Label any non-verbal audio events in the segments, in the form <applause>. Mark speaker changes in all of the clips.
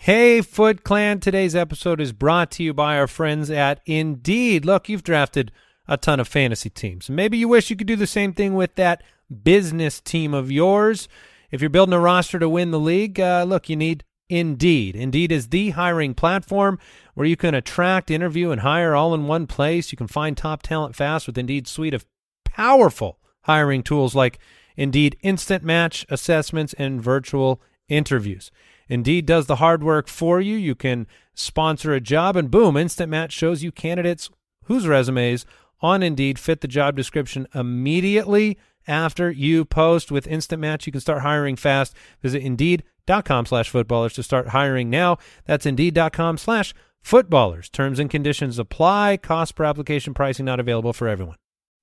Speaker 1: Hey, Foot Clan. Today's episode is brought to you by our friends at Indeed. Look, you've drafted a ton of fantasy teams. Maybe you wish you could do the same thing with that business team of yours. If you're building a roster to win the league, uh, look, you need Indeed. Indeed is the hiring platform where you can attract, interview, and hire all in one place. You can find top talent fast with Indeed's suite of powerful hiring tools like Indeed Instant Match assessments and virtual interviews. Indeed does the hard work for you. You can sponsor a job, and boom, Instant Match shows you candidates whose resumes on Indeed fit the job description immediately after you post. With Instant Match, you can start hiring fast. Visit Indeed.com slash footballers to start hiring now. That's Indeed.com slash footballers. Terms and conditions apply. Cost per application pricing not available for everyone.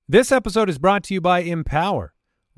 Speaker 1: This episode is brought to you by Empower.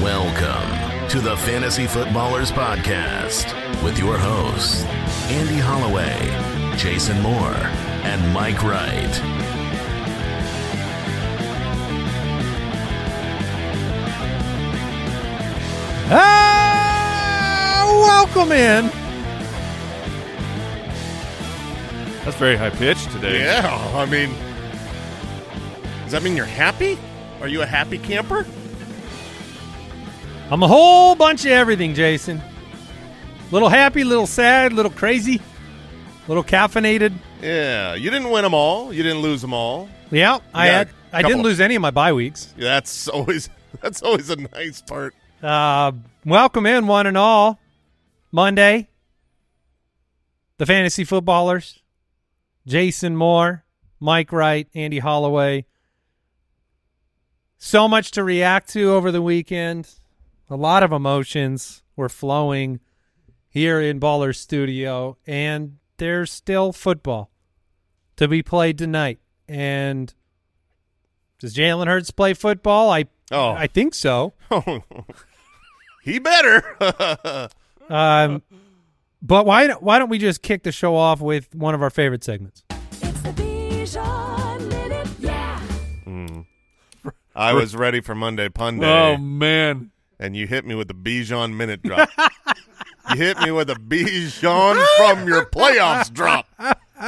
Speaker 2: Welcome to the Fantasy Footballers Podcast with your hosts, Andy Holloway, Jason Moore, and Mike Wright.
Speaker 1: Ah, welcome in.
Speaker 3: That's very high pitched today.
Speaker 4: Yeah, I mean, does that mean you're happy? Are you a happy camper?
Speaker 1: I'm a whole bunch of everything, Jason. Little happy, little sad, little crazy, little caffeinated.
Speaker 4: Yeah, you didn't win them all. You didn't lose them all.
Speaker 1: Yeah, I
Speaker 4: Yeah,
Speaker 1: had, I didn't
Speaker 4: couple.
Speaker 1: lose any of my bye weeks.
Speaker 4: That's <laughs> always that's always a nice part.
Speaker 1: Uh, welcome in, one and all. Monday, the fantasy footballers, Jason Moore, Mike Wright, Andy Holloway. So much to react to over the weekend. A lot of emotions were flowing here in Baller's studio, and there's still football to be played tonight. And does Jalen Hurts play football? I
Speaker 4: Oh.
Speaker 1: I think so.
Speaker 4: <laughs> he better. <laughs> yeah,
Speaker 1: Um, but why why don't we just kick the show off with one of our favorite segments?
Speaker 5: It's the Bijan Minute, yeah.
Speaker 4: I was ready for Monday pun day,
Speaker 3: Oh man.
Speaker 4: and you hit me with the Bijan minute drop. you hit me with a Bijan from your playoffs drop.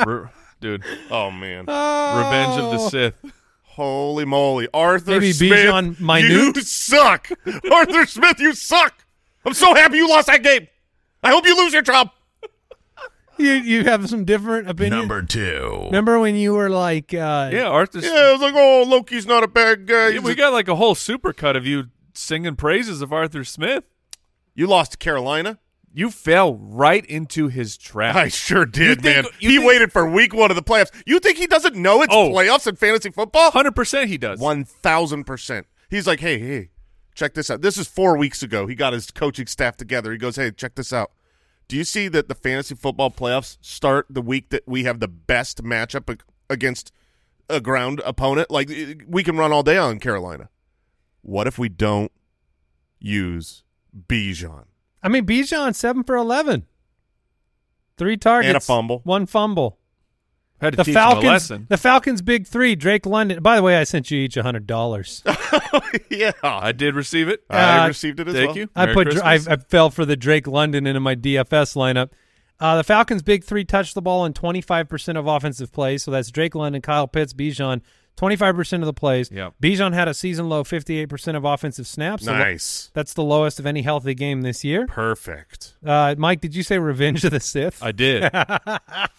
Speaker 3: Re- dude.
Speaker 4: Oh man,
Speaker 3: Revenge of the Sith.
Speaker 4: holy moly, Arthur
Speaker 1: Oh. Maybe
Speaker 4: Smith,
Speaker 1: Bijan Minute?
Speaker 4: you suck. Arthur Smith, you suck. I'm so happy you lost that game. I hope you lose your job.
Speaker 1: You you have some different opinions.
Speaker 2: Number two.
Speaker 1: Remember when you were like, uh,
Speaker 3: Yeah, Arthur.
Speaker 4: Yeah, I was like, oh, Loki's not a bad guy.
Speaker 3: Yeah, we got like a whole supercut of you singing praises of Arthur Smith.
Speaker 4: you lost to Carolina.
Speaker 3: You fell right into his trap.
Speaker 4: I sure did, man.
Speaker 3: think- you
Speaker 4: he
Speaker 3: think-
Speaker 4: waited for week one of the playoffs. You think he doesn't know it's
Speaker 3: Oh.
Speaker 4: playoffs in fantasy football?
Speaker 3: 100% he does.
Speaker 4: One thousand percent. He's like, hey, hey, check this out. This is four weeks ago. He got his coaching staff together. He goes, hey, check this out. Do you see that the fantasy football playoffs start the week that we have the best matchup ag- against a ground opponent? Like i- we can run all day on Carolina. What if we don't use Bijan? <laughs>
Speaker 1: I mean Bijan seven for eleven, three targets
Speaker 4: fumble.
Speaker 1: one fumble.
Speaker 3: Had to
Speaker 1: The
Speaker 3: teach him a
Speaker 1: Falcons,
Speaker 3: lesson.
Speaker 1: the Falcons big three. Drake London. By the way, I sent you each a hundred dollars.
Speaker 4: yeah,
Speaker 3: I did receive it.
Speaker 1: Uh,
Speaker 4: I received it as
Speaker 3: Thank
Speaker 4: well.
Speaker 3: you.
Speaker 1: I
Speaker 3: Merry
Speaker 1: put I,
Speaker 3: Christmas.
Speaker 1: I fell for the Drake London into my DFS lineup. Uh, the Falcons' big three touched the ball in 25% of offensive plays, so that's Drake London, Kyle Pitts, Bijan. 25% of the plays.
Speaker 3: Yep.
Speaker 1: Bijan had a season low 58% of offensive snaps. so lo-
Speaker 4: Nice.
Speaker 1: that's the lowest of any healthy game this year.
Speaker 4: Perfect.
Speaker 1: Uh, Mike, did you say Revenge of the Sith? <laughs>
Speaker 3: I did.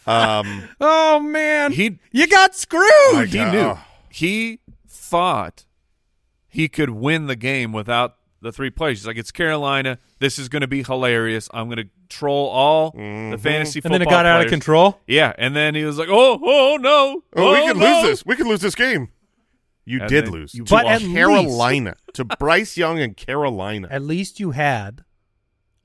Speaker 4: Um,
Speaker 1: oh man,
Speaker 3: He-
Speaker 1: you got screwed.
Speaker 4: Like,
Speaker 3: he
Speaker 4: uh,
Speaker 3: knew. He thought he could win the game without the three plays. He's like, it's Carolina. This is going to be hilarious. I'm going to troll all
Speaker 4: Mm-hmm.
Speaker 3: the fantasy
Speaker 1: and
Speaker 3: football
Speaker 1: then it got out of
Speaker 3: players."
Speaker 1: control.
Speaker 3: Yeah, and then he was like, "Oh, oh no!
Speaker 4: oh, we can
Speaker 3: no."
Speaker 4: lose this. We can lose this game. You
Speaker 3: And
Speaker 4: did
Speaker 3: then
Speaker 4: lose.
Speaker 3: you
Speaker 1: But
Speaker 4: to
Speaker 1: at
Speaker 4: Carolina. to Bryce Young and Carolina.
Speaker 1: At least you had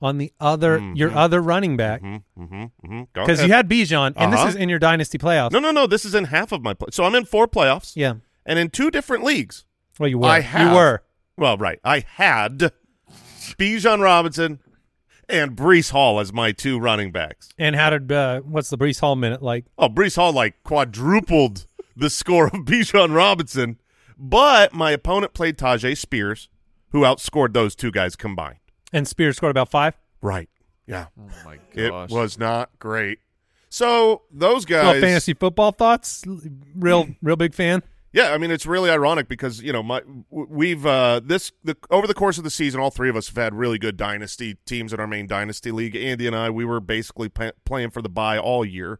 Speaker 1: on the other
Speaker 3: Mm-hmm.
Speaker 1: your other running back
Speaker 4: Mm-hmm, Go
Speaker 1: because
Speaker 4: ahead.
Speaker 1: you had Bijan, and
Speaker 4: Uh-huh.
Speaker 1: this is in your dynasty playoffs.
Speaker 4: no, no, no. This is in half of my play. So I'm in four playoffs.
Speaker 1: Yeah.
Speaker 4: and in two different leagues.
Speaker 1: Well, you were.
Speaker 4: I have.
Speaker 1: You were.
Speaker 4: Well, right. I had Bijan Robinson and Brees Hall as my two running backs.
Speaker 1: And how did uh, what's the Brees Hall minute like?
Speaker 4: Oh, Brees Hall like quadrupled the score of <laughs> Bijan Robinson, but my opponent played Tajay Spears, who outscored those two guys combined.
Speaker 1: And Spears scored about five.
Speaker 4: Right. Yeah.
Speaker 3: Oh my
Speaker 4: It
Speaker 3: gosh.
Speaker 4: was not great. So those guys.
Speaker 1: Little fantasy football thoughts. L- Real, real big fan.
Speaker 4: Yeah, I mean it's really ironic because you know my w- we've uh, this the over the course of the season, all three of us have had really good dynasty teams in our main dynasty league. Andy and I, we were basically pa- playing for the buy all year,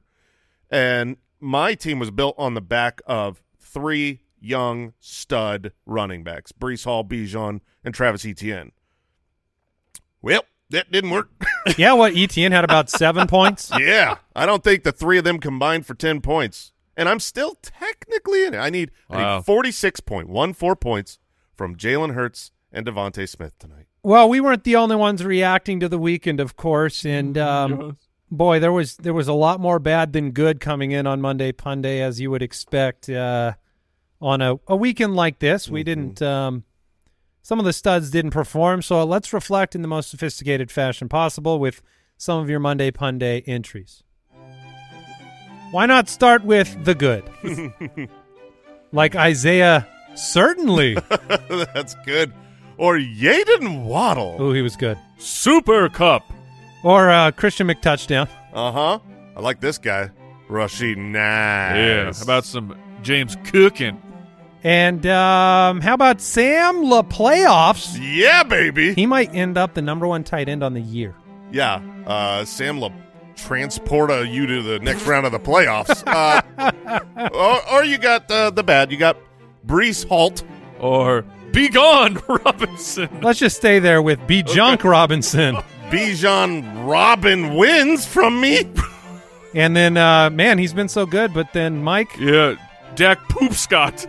Speaker 4: and my team was built on the back of three young stud running backs: Brees Hall, Bijan, and Travis Etienne. Well, that didn't work.
Speaker 1: Yeah, what ETN had about seven <laughs> points.
Speaker 4: yeah, I don't think the three of them combined for ten points, and I'm still technically in it. I need I
Speaker 3: Wow.
Speaker 4: need forty six point one four points from Jalen Hurts and Devonte Smith tonight. <laughs>
Speaker 1: Well, we weren't the only ones reacting to the weekend, of course, and um, boy, there was there was a lot more bad than good coming in on Monday Punday, as you would expect uh, on a, a weekend like this. We didn't. Um, some of the studs didn't perform, so let's reflect in the most sophisticated fashion possible with some of your Monday Punday entries. Why not start with the good, like Isaiah? Certainly,
Speaker 4: That's good. Or Yaden Waddle,
Speaker 1: oh, he was good.
Speaker 3: Super Cup.
Speaker 1: Or uh, Christian McTouchdown.
Speaker 4: uh huh. I like this guy, Rashid Nice.
Speaker 3: Yeah. How about some James Cookin?
Speaker 1: And um, how about Sam La playoffs?
Speaker 4: <laughs> yeah, baby.
Speaker 1: He might end up the number one tight end on the year.
Speaker 4: Yeah, uh, Sam will transport uh, you to the next round of the playoffs.
Speaker 3: <laughs>
Speaker 4: Uh, or, or you got uh, the bad. You got Brees Halt.
Speaker 3: Or Be Gone <laughs> Robinson.
Speaker 1: Let's just stay there with B. Junk Robinson.
Speaker 4: Bijan Robin wins from <laughs> me.
Speaker 1: And then, uh, man, he's been so good, but then Mike
Speaker 3: Yeah. Dak Poopscott.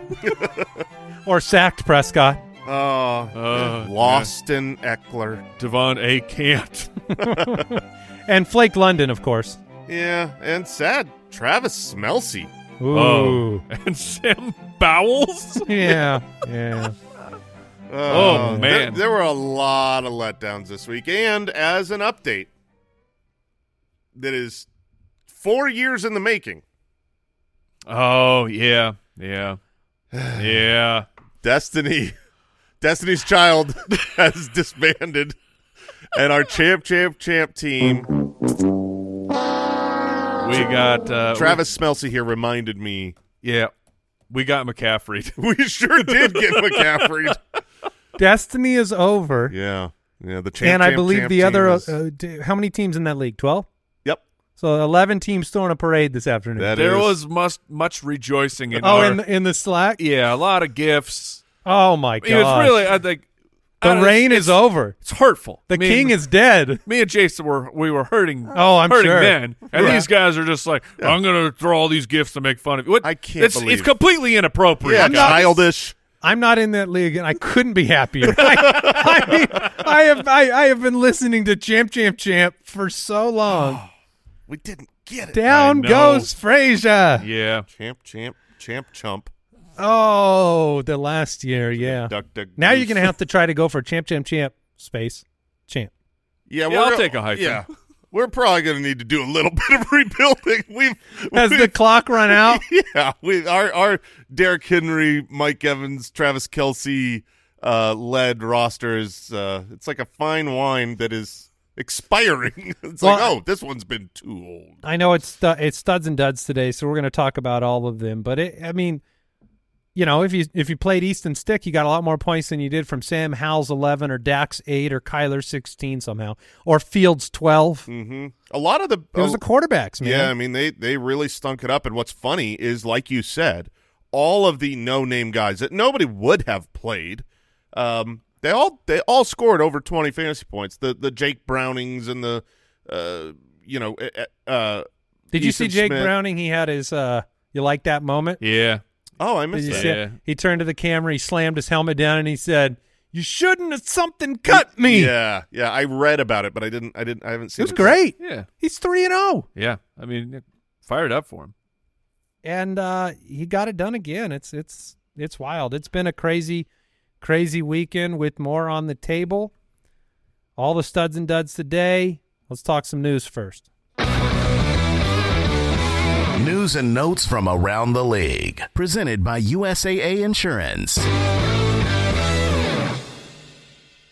Speaker 1: or sacked Prescott.
Speaker 4: Oh,
Speaker 3: Uh,
Speaker 4: lost in Eckler.
Speaker 3: Devon A. Cant.
Speaker 1: And Flake London, of course.
Speaker 4: Yeah, and sad. Travis Smelsey.
Speaker 1: Ooh.
Speaker 3: Oh. And Sam Bowles.
Speaker 1: Yeah. Yeah.
Speaker 4: Uh,
Speaker 3: Oh, man.
Speaker 4: there, there were a lot of letdowns this week. And as an update, that is four years in the making.
Speaker 3: Oh, yeah. Yeah. Yeah.
Speaker 4: Destiny, <laughs> Destiny's Child <laughs> has disbanded, and our champ, champ, champ team, <laughs>
Speaker 3: We got uh, we-
Speaker 4: Travis Smelsey here reminded me
Speaker 3: yeah. We got McCaffrey. <laughs>
Speaker 4: we sure did <laughs> get McCaffrey.
Speaker 1: Destiny is over.
Speaker 4: Yeah, yeah. The champ,
Speaker 1: and I
Speaker 4: champ,
Speaker 1: believe
Speaker 4: champ
Speaker 1: the
Speaker 4: team
Speaker 1: other,
Speaker 4: is-
Speaker 1: uh, d- how many teams in that league? 12?
Speaker 4: yep.
Speaker 1: So 11 teams throwing a parade this afternoon.
Speaker 4: That
Speaker 3: There
Speaker 4: is-
Speaker 3: was much, much rejoicing in
Speaker 1: oh,
Speaker 3: our-
Speaker 1: in the, in the slack?
Speaker 3: yeah, a lot of gifts.
Speaker 1: Oh, my
Speaker 3: It was
Speaker 1: God.
Speaker 3: really, I think, I
Speaker 1: the
Speaker 3: don't-
Speaker 1: reign
Speaker 3: it's-
Speaker 1: is over.
Speaker 3: It's hurtful.
Speaker 1: The
Speaker 3: Me and-
Speaker 1: king is dead.
Speaker 3: Me and Jason were we were hurting.
Speaker 1: Oh, I'm
Speaker 3: hurting
Speaker 1: sure.
Speaker 3: men, and
Speaker 1: Yeah.
Speaker 3: these guys are just like, I'm gonna throw all these gifts to make fun of you. What-
Speaker 4: I can't
Speaker 3: It's,
Speaker 4: believe-
Speaker 3: it's completely inappropriate.
Speaker 4: yeah,
Speaker 3: guys.
Speaker 4: childish.
Speaker 1: I'm not in that league, and I couldn't be happier. <laughs> I, I mean, I have I, I have been listening to Champ Champ Champ for so
Speaker 3: <gasps>
Speaker 1: long.
Speaker 4: We didn't get it.
Speaker 1: Down
Speaker 3: know.
Speaker 1: goes Frazier.
Speaker 3: yeah.
Speaker 4: Champ, champ, champ, chump.
Speaker 1: Oh, the last year, yeah.
Speaker 4: Duck, duck.
Speaker 1: Now you're
Speaker 4: goose.
Speaker 1: gonna have to try to go for Champ Champ Champ space
Speaker 3: <laughs>
Speaker 1: champ.
Speaker 4: Yeah,
Speaker 3: Yeah,
Speaker 4: we're
Speaker 3: I'll
Speaker 4: gonna-
Speaker 3: take a hyphen.
Speaker 4: Yeah, we're probably gonna need to do a little <laughs> bit of rebuilding. We've
Speaker 1: Has the
Speaker 4: we've-
Speaker 1: clock run out?
Speaker 4: <laughs> yeah, we our our Derrick Henry, Mike Evans, Travis Kelsey uh, led roster is uh, it's like a fine wine that is expiring. <laughs> it's like
Speaker 1: Well,
Speaker 4: oh, this one's been too old.
Speaker 1: I know it's stu- it's studs and duds today, so we're gonna talk about all of them. But it, I mean, you know, if you if you played Easton Stick, you got a lot more points than you did from Sam Howell's eleven or Dax eight or Kyler sixteen somehow or Fields twelve.
Speaker 4: Mm-hmm. A lot of the
Speaker 1: It was the quarterbacks, man.
Speaker 4: Yeah, I mean they they really stunk it up. And what's funny is, like you said, all of the no name guys that nobody would have played, um, they all they all scored over twenty fantasy points. The the Jake Brownings and the uh, you know eh, eh, uh,
Speaker 1: Did you see
Speaker 4: Easton
Speaker 1: Jake
Speaker 4: Smith.
Speaker 1: Browning? He had his. uh You like that moment?
Speaker 3: Yeah.
Speaker 4: Oh, I
Speaker 1: Did
Speaker 4: missed
Speaker 1: you
Speaker 4: that.
Speaker 1: see
Speaker 3: Yeah.
Speaker 1: it? He turned to the camera. He slammed his helmet down and he said, You shouldn't have something cut me.
Speaker 4: Yeah, yeah. I read about it, but I didn't. I didn't. I haven't
Speaker 1: It
Speaker 4: seen.
Speaker 1: was great.
Speaker 3: Yeah,
Speaker 1: He's 3 and oh. 0.
Speaker 3: yeah. I mean, fired up for him.
Speaker 1: And uh he got it done again. It's it's it's wild. It's been a crazy crazy weekend with more on the table. All the studs and duds today. Let's talk some news first.
Speaker 2: News and notes from around the league. Presented by USAA Insurance.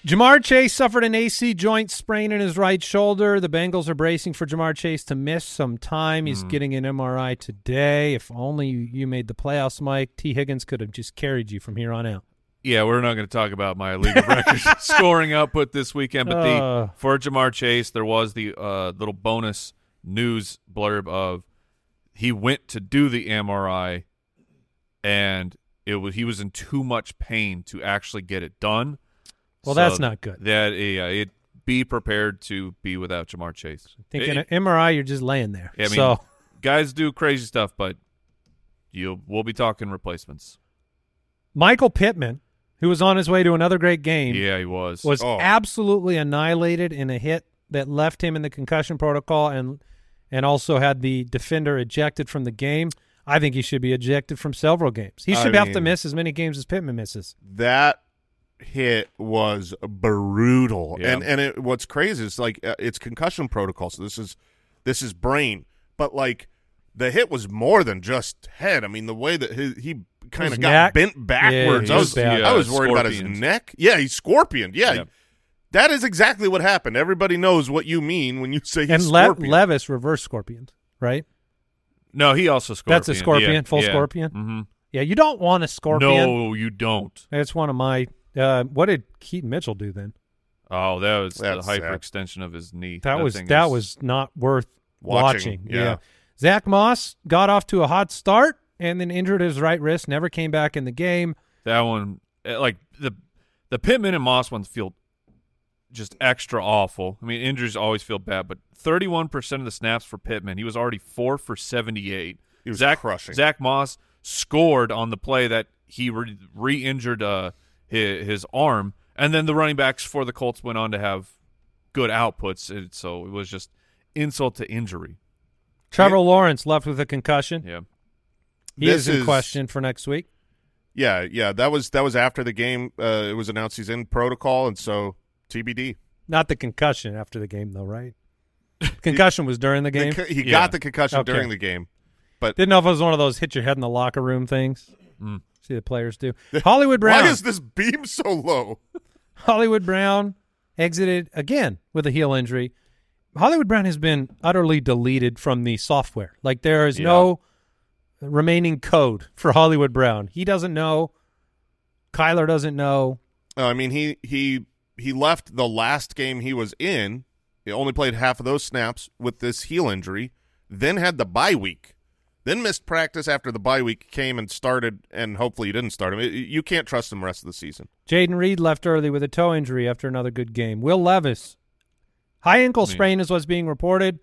Speaker 1: Jamar Chase suffered an AC joint sprain in his right shoulder. The Bengals are bracing for Jamar Chase to miss some time.
Speaker 3: Hmm.
Speaker 1: He's getting an MRI today. If only you, you made the playoffs, Mike. T. Higgins could have just carried you from here on out.
Speaker 3: Yeah, we're not going to talk about my league
Speaker 1: <laughs>
Speaker 3: of records scoring output this weekend, but the
Speaker 1: Uh.
Speaker 3: for Jamar Chase, there was the uh, little bonus news blurb of he went to do the MRI, and it was he was in too much pain to actually get it done.
Speaker 1: Well, that's not good.
Speaker 3: That yeah, it be prepared to be without Jamar Chase.
Speaker 1: Thinking
Speaker 3: It-
Speaker 1: an MRI, you're just laying there.
Speaker 3: I mean,
Speaker 1: so
Speaker 3: guys do crazy stuff, but you we'll be talking replacements.
Speaker 1: Michael Pittman, who was on his way to another great game,
Speaker 3: Yeah, he was.
Speaker 1: was
Speaker 4: Oh.
Speaker 1: absolutely annihilated in a hit that left him in the concussion protocol and and also had the defender ejected from the game. I think he should be ejected from several games. He
Speaker 4: I
Speaker 1: should have to
Speaker 4: mean-
Speaker 1: miss as many games as Pittman misses.
Speaker 4: that hit was brutal
Speaker 3: Yeah.
Speaker 4: and and it, what's crazy is like uh, it's concussion protocol so this is this is brain but like the hit was more than just head i mean the way that he, he kind
Speaker 1: His
Speaker 4: of got
Speaker 1: neck.
Speaker 4: bent backwards
Speaker 1: Yeah, he
Speaker 4: i was,
Speaker 1: was bad.
Speaker 4: I was worried about
Speaker 3: Scorpions.
Speaker 4: his neck yeah he's scorpioned yeah
Speaker 3: Yeah.
Speaker 4: that is exactly what happened everybody knows what you mean when you say he's
Speaker 1: and Le-
Speaker 4: scorpioned.
Speaker 1: Levis reverse scorpioned, right?
Speaker 3: no, he also scorpion.
Speaker 1: That's a scorpion,
Speaker 3: Yeah,
Speaker 1: full
Speaker 3: yeah.
Speaker 1: scorpion?
Speaker 3: hmm
Speaker 1: Yeah, you don't want a scorpion.
Speaker 3: No, you don't.
Speaker 1: That's one of my uh, what did Keaton Mitchell do then?
Speaker 3: Oh, that was
Speaker 4: That's
Speaker 3: the
Speaker 4: sad.
Speaker 3: hyperextension of his knee.
Speaker 1: That, was
Speaker 3: thing
Speaker 1: that
Speaker 3: is-
Speaker 1: was not worth watching.
Speaker 4: Watching, yeah.
Speaker 1: Zach Moss got off to a hot start and then injured his right wrist, never came back in the game.
Speaker 3: that one. eh, Like the the Pittman and Moss ones feel just extra awful. I mean, injuries always feel bad, but thirty one percent of the snaps for Pittman, he was already four for seventy eight.
Speaker 4: He was
Speaker 3: Zach
Speaker 4: crushing.
Speaker 3: Zach Moss scored on the play that he re- re-injured uh, his, his arm, and then the running backs for the Colts went on to have good outputs. And so it was just insult to injury.
Speaker 1: Trevor Lawrence left with a concussion.
Speaker 3: Yeah.
Speaker 1: He
Speaker 4: This
Speaker 1: is in
Speaker 4: is-
Speaker 1: question for next week.
Speaker 4: yeah yeah that was that was after the game uh, it was announced he's in protocol and so tbd
Speaker 1: Not the concussion after the game though,
Speaker 4: <laughs>
Speaker 1: right? concussion was during the
Speaker 4: The
Speaker 1: game.
Speaker 4: co- he
Speaker 3: Yeah.
Speaker 4: got the concussion
Speaker 1: Okay.
Speaker 4: during the game
Speaker 1: Didn't know if it was one of those hit your head in the locker room things. See the players
Speaker 4: <laughs>
Speaker 1: do. Hollywood Brown.
Speaker 4: Mm. Why is this beam so low?
Speaker 1: Hollywood Brown exited again with a heel injury. Hollywood Brown has been utterly deleted from the software. Like there is no remaining code for Hollywood Brown. He doesn't know. Kyler doesn't know.
Speaker 4: No, Uh, I mean he he he left the last game he was in. He only played half of those snaps with this heel injury, then had the bye week, then missed practice after the bye week came and started. And hopefully you didn't start him. It- you can't trust him the rest of the season.
Speaker 1: Jaden Reed left early with a toe injury after another good game. Will Levis, high ankle
Speaker 3: Man.
Speaker 1: sprain is what's being reported.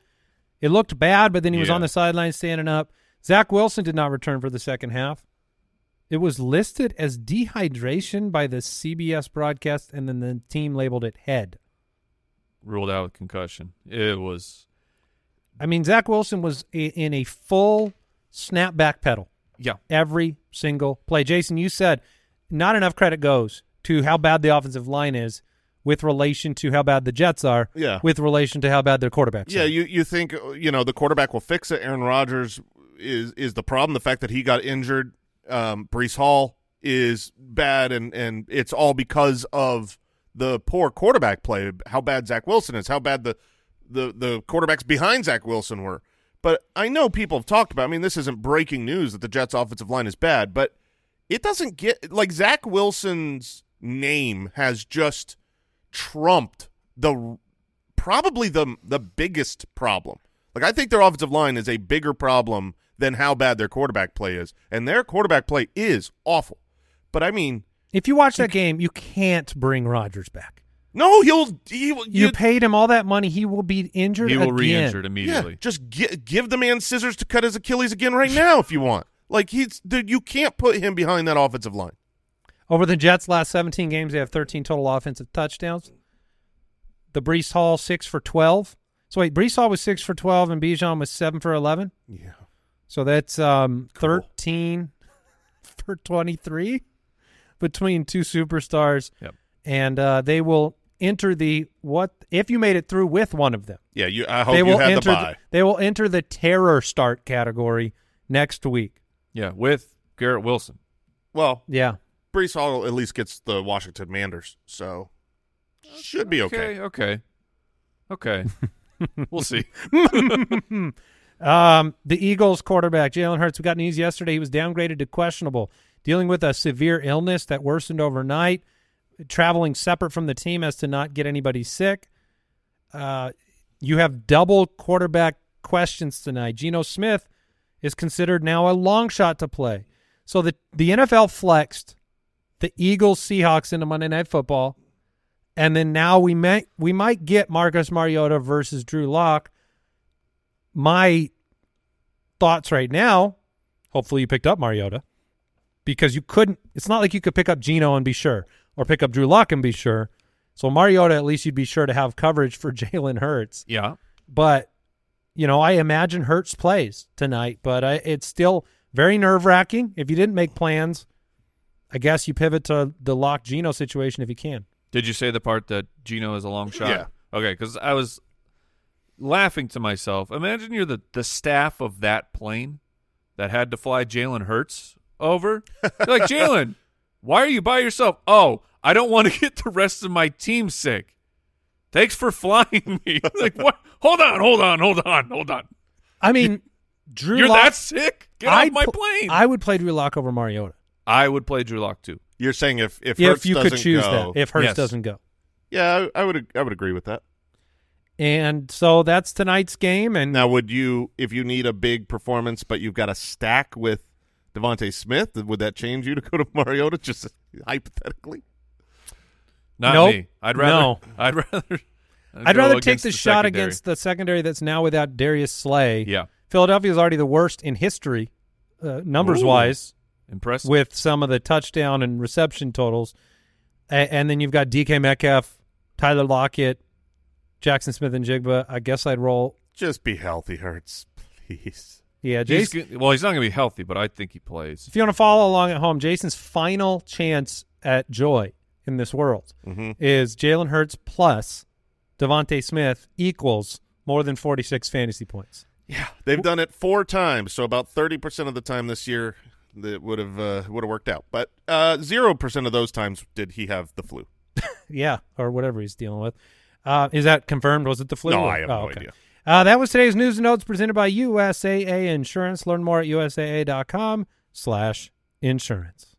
Speaker 1: It looked bad, but then he was
Speaker 3: Yeah.
Speaker 1: on the sideline standing up. Zach Wilson did not return for the second half. It was listed as dehydration by the CBS broadcast, and then the team labeled it head.
Speaker 3: Ruled out with concussion. It was
Speaker 1: I mean, Zach Wilson was i- in a full snapback pedal.
Speaker 3: yeah.
Speaker 1: every single play. Jason, you said not enough credit goes to how bad the offensive line is with relation to how bad the Jets are,
Speaker 4: Yeah.
Speaker 1: with relation to how bad their quarterbacks
Speaker 4: Yeah,
Speaker 1: are.
Speaker 4: you you think uh, you know the quarterback will fix it? Aaron Rodgers is is the problem. The fact that he got injured, um, Brees Hall is bad, and and it's all because of the poor quarterback play. How bad Zach Wilson is, how bad the the the quarterbacks behind Zach Wilson were. But I know people have talked about. I mean, this isn't breaking news that the Jets' offensive line is bad, but it doesn't get like Zach Wilson's name has just trumped the probably the the biggest problem. Like I think their offensive line is a bigger problem than how bad their quarterback play is, and their quarterback play is awful. But I mean,
Speaker 1: If you watch that game, you can't bring Rodgers back.
Speaker 4: no, you'll he will
Speaker 1: You
Speaker 4: you-
Speaker 1: paid him all that money. He will be injured
Speaker 3: He will
Speaker 1: again.
Speaker 3: re-injured
Speaker 4: yeah,
Speaker 3: immediately.
Speaker 4: just gi- give the man scissors to cut his Achilles again right now if you want. Like he's dude, you can't put him behind that offensive line.
Speaker 1: Over the Jets' last 17 games, they have 13 total offensive touchdowns. The Brees Hall six for 12. So wait, Brees Hall was six for 12, and Bijan was seven for 11.
Speaker 4: Yeah.
Speaker 1: So that's um, 13 for 23 between two superstars.
Speaker 3: Yep.
Speaker 1: And uh, they will enter the what if you made it through with one of them.
Speaker 4: Yeah, you I hope
Speaker 1: they
Speaker 4: you
Speaker 1: will
Speaker 4: had the
Speaker 1: enter
Speaker 4: bye.
Speaker 1: they will enter the terror start category next week.
Speaker 3: Yeah, with Garrett Wilson.
Speaker 4: well,
Speaker 1: Yeah.
Speaker 4: Brees Hall at least gets the Washington Manders, so should be okay.
Speaker 3: okay, okay. okay. <laughs> we'll see.
Speaker 1: Um, the Eagles quarterback, Jalen Hurts, we got news yesterday. He was downgraded to questionable, dealing with a severe illness that worsened overnight, traveling separate from the team as to not get anybody sick. Uh, you have double quarterback questions tonight. Geno Smith is considered now a long shot to play. So the, the NFL flexed the Eagles Seahawks into Monday Night Football. And then now we might we might get Marcus Mariota versus Drew Lock my thoughts right now, hopefully you picked up Mariota because you couldn't. It's not like you could pick up Gino and be sure, or pick up Drew Lock and be sure. So Mariota, at least you'd be sure to have coverage for <laughs> Jalen Hurts.
Speaker 3: Yeah,
Speaker 1: But you know, I imagine Hurts plays tonight, but I, it's still very nerve wracking. If you didn't make plans, I guess you pivot to the Lock Gino situation if you can.
Speaker 3: Did you say the part that Gino is a long shot?
Speaker 4: Yeah.
Speaker 3: Okay, because I was laughing to myself. Imagine you're the, the staff of that plane that had to fly Jalen Hurts over. You're like, Jalen, why are you by yourself? Oh, I don't want to get the rest of my team sick. Thanks for flying me. <laughs> like, what? Hold on, hold on, hold on, hold on.
Speaker 1: I mean, Drew
Speaker 3: You're
Speaker 1: Lock.
Speaker 3: that sick? Get off my
Speaker 1: pl-
Speaker 3: plane. I,
Speaker 1: I would play Drew Lock over Mariota
Speaker 3: would play Drew Lock too.
Speaker 4: You're saying if if,
Speaker 1: if
Speaker 4: Hurts
Speaker 1: you could
Speaker 4: doesn't
Speaker 1: choose
Speaker 4: go,
Speaker 1: that. If Hurts
Speaker 3: Yes.
Speaker 1: doesn't go.
Speaker 4: yeah, I, I would ag- I would agree with that.
Speaker 1: And so that's tonight's game. And
Speaker 4: Now, would you if you need a big performance, but you've got a stack with Devonte Smith? Would that change you to go to <laughs> Mariota? Just hypothetically,
Speaker 3: Not
Speaker 1: Nope.
Speaker 3: me. I'd rather.
Speaker 1: No.
Speaker 3: <laughs> I'd rather.
Speaker 1: I'd
Speaker 3: go
Speaker 1: rather take
Speaker 3: against
Speaker 1: the, shot
Speaker 3: secondary.
Speaker 1: against the secondary that's now without Darius Slay.
Speaker 3: Yeah,
Speaker 1: Philadelphia is already the worst in history, uh, numbers wise,
Speaker 3: impressive.
Speaker 1: with some of the touchdown and reception totals. A- and then you've got DK Metcalf, Tyler Lockett, Jackson Smith and Jigba. I guess I'd roll.
Speaker 4: just be healthy, Hurts, please.
Speaker 1: Yeah,
Speaker 3: He's
Speaker 1: Jason.
Speaker 3: g- well, he's not going to be healthy, but I think he plays.
Speaker 1: <laughs> If you want to follow along at home, Jason's final chance at joy in this world is Jalen Hurts plus Devontae Smith equals more than 46 fantasy points.
Speaker 4: They've done it four times, so about thirty percent of the time this year that would have uh, would have worked out. But uh, zero percent of those times did he have the flu.
Speaker 1: Yeah, or whatever he's dealing with. Uh, is that confirmed? Was it the flu?
Speaker 4: No,
Speaker 1: or-
Speaker 4: I have
Speaker 1: oh,
Speaker 4: no
Speaker 1: okay.
Speaker 4: idea.
Speaker 1: Uh, that was today's news and notes presented by USAA Insurance. Learn more at usaa.com slash insurance.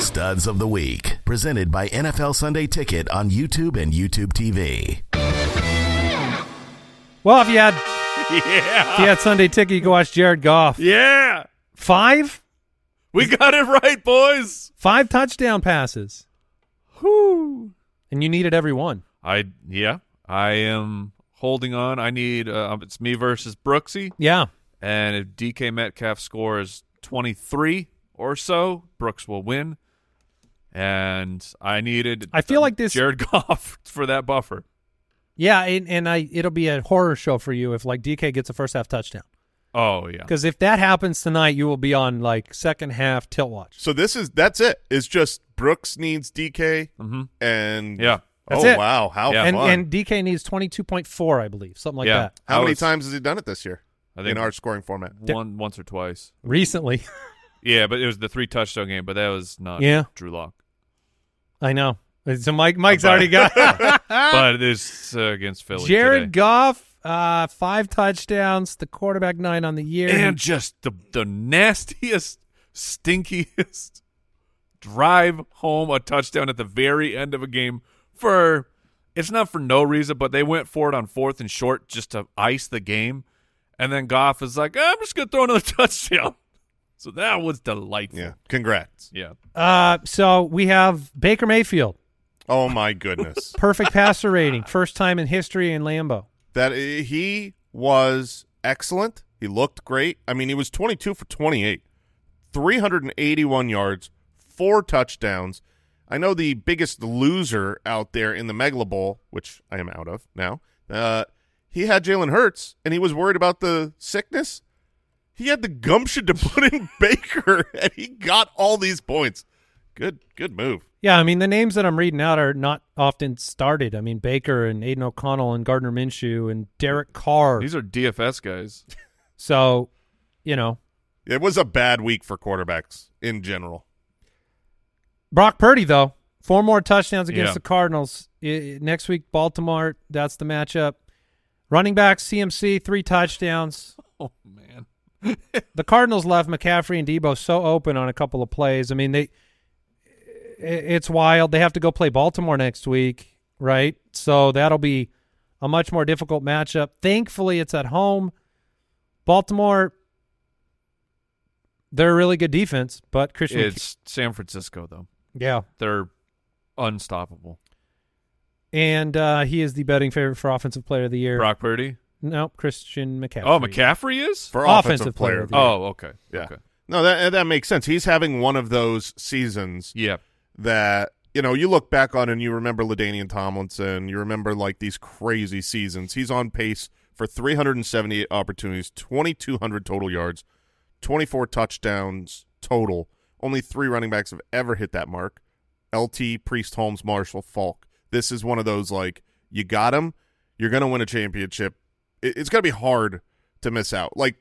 Speaker 2: Studs of the Week, presented by NFL Sunday Ticket on YouTube and YouTube TV.
Speaker 1: Well, if you
Speaker 4: <laughs>
Speaker 1: had, if you had Sunday ticket, you can watch Jared Goff.
Speaker 3: Yeah,
Speaker 1: Five?
Speaker 3: we got it right, boys.
Speaker 1: Five touchdown passes. Whoo. And you needed every one.
Speaker 3: I yeah, I am holding on. I need uh, it's me versus Brooksy,
Speaker 1: Yeah.
Speaker 3: and if DK Metcalf scores twenty three or so, Brooks will win. And I needed. um,
Speaker 1: I feel like this-
Speaker 3: Jared <laughs> Goff for that buffer.
Speaker 1: Yeah, and, and I it'll be a horror show for you if like DK gets a first half touchdown.
Speaker 3: Oh yeah,
Speaker 1: Because if that happens tonight, you will be on like second half tilt watch.
Speaker 4: So this is that's it. It's just Brooks needs DK
Speaker 3: Mhm.
Speaker 4: and
Speaker 3: Yeah.
Speaker 1: That's
Speaker 4: oh
Speaker 1: it.
Speaker 4: wow, how
Speaker 3: Yeah.
Speaker 1: and
Speaker 4: fun!
Speaker 1: and DK needs twenty two point four, I believe, something like
Speaker 3: yeah.
Speaker 1: that.
Speaker 4: how
Speaker 3: I
Speaker 4: many
Speaker 3: was
Speaker 4: times has he done it this year
Speaker 3: I think-
Speaker 4: in our scoring format?
Speaker 3: One once or twice.
Speaker 1: Recently, <laughs>
Speaker 3: Yeah, but it was the three touchdown game, but that was not
Speaker 1: Yeah.
Speaker 3: Drew Lock.
Speaker 1: I know. So Mike, Mike's already
Speaker 3: <laughs>
Speaker 1: got
Speaker 3: but it is uh, against Philly.
Speaker 1: Jared
Speaker 3: today.
Speaker 1: Goff, uh, five touchdowns, the quarterback nine on the year.
Speaker 3: and just the the nastiest, stinkiest drive home a touchdown at the very end of a game for it's not for no reason, but they went for it on fourth and short just to ice the game, and then Goff is like, I'm just gonna throw another <laughs> touchdown. So that was delightful.
Speaker 4: Yeah, congrats!
Speaker 3: Yeah.
Speaker 1: uh, so we have Baker Mayfield,
Speaker 4: Oh
Speaker 1: <laughs>
Speaker 4: my goodness,
Speaker 1: perfect passer rating, first time in history in Lambeau.
Speaker 4: that he was excellent. He looked great. I mean, he was twenty two for twenty eight, 381 yards, four touchdowns. I know the biggest loser out there in the Megala Bowl, which I am out of now. Uh, he had Jalen Hurts, and he was worried about the sickness. He had the gumption to put
Speaker 1: <laughs>
Speaker 4: in Baker, and he got all these points. Good, good move.
Speaker 1: Yeah, I mean the names that I'm reading out are not often started. I mean Baker and Aiden O'Connell and Gardner Minshew and Derek Carr.
Speaker 3: These are DFS guys.
Speaker 1: so, you know,
Speaker 4: It was a bad week for quarterbacks in general.
Speaker 1: Brock Purdy though, four more touchdowns against
Speaker 3: Yeah.
Speaker 1: the Cardinals I- I- next week. Baltimore, that's the matchup. Running back CMC three touchdowns.
Speaker 3: Oh man.
Speaker 1: The Cardinals left McCaffrey and Debo so open on a couple of plays. I mean they, i- it's wild. They have to go play Baltimore next week, right? So that'll be a much more difficult matchup. Thankfully, it's at home. Baltimore, they're a really good defense, but Christian,
Speaker 3: It's San Francisco though.
Speaker 1: yeah,
Speaker 3: They're unstoppable.
Speaker 1: and uh, he is the betting favorite for offensive player of the year.
Speaker 3: Brock Purdy.
Speaker 1: No, Christian McCaffrey.
Speaker 3: Oh, McCaffrey is.
Speaker 4: For
Speaker 1: Offensive
Speaker 4: offensive,
Speaker 1: player
Speaker 4: player.
Speaker 1: of the year.
Speaker 3: oh, okay.
Speaker 4: Yeah.
Speaker 3: Okay.
Speaker 4: No, that that makes sense. He's having one of those seasons
Speaker 3: Yeah.
Speaker 4: that you know you look back on and you remember Ladainian Tomlinson. You remember like these crazy seasons. He's on pace for 378 opportunities, 2,200 total yards, 24 touchdowns total. Only three running backs have ever hit that mark: LT, Priest, Holmes, Marshall, Falk. This is one of those like you got him, you're gonna win a championship. It, it's gonna be hard to miss out. Like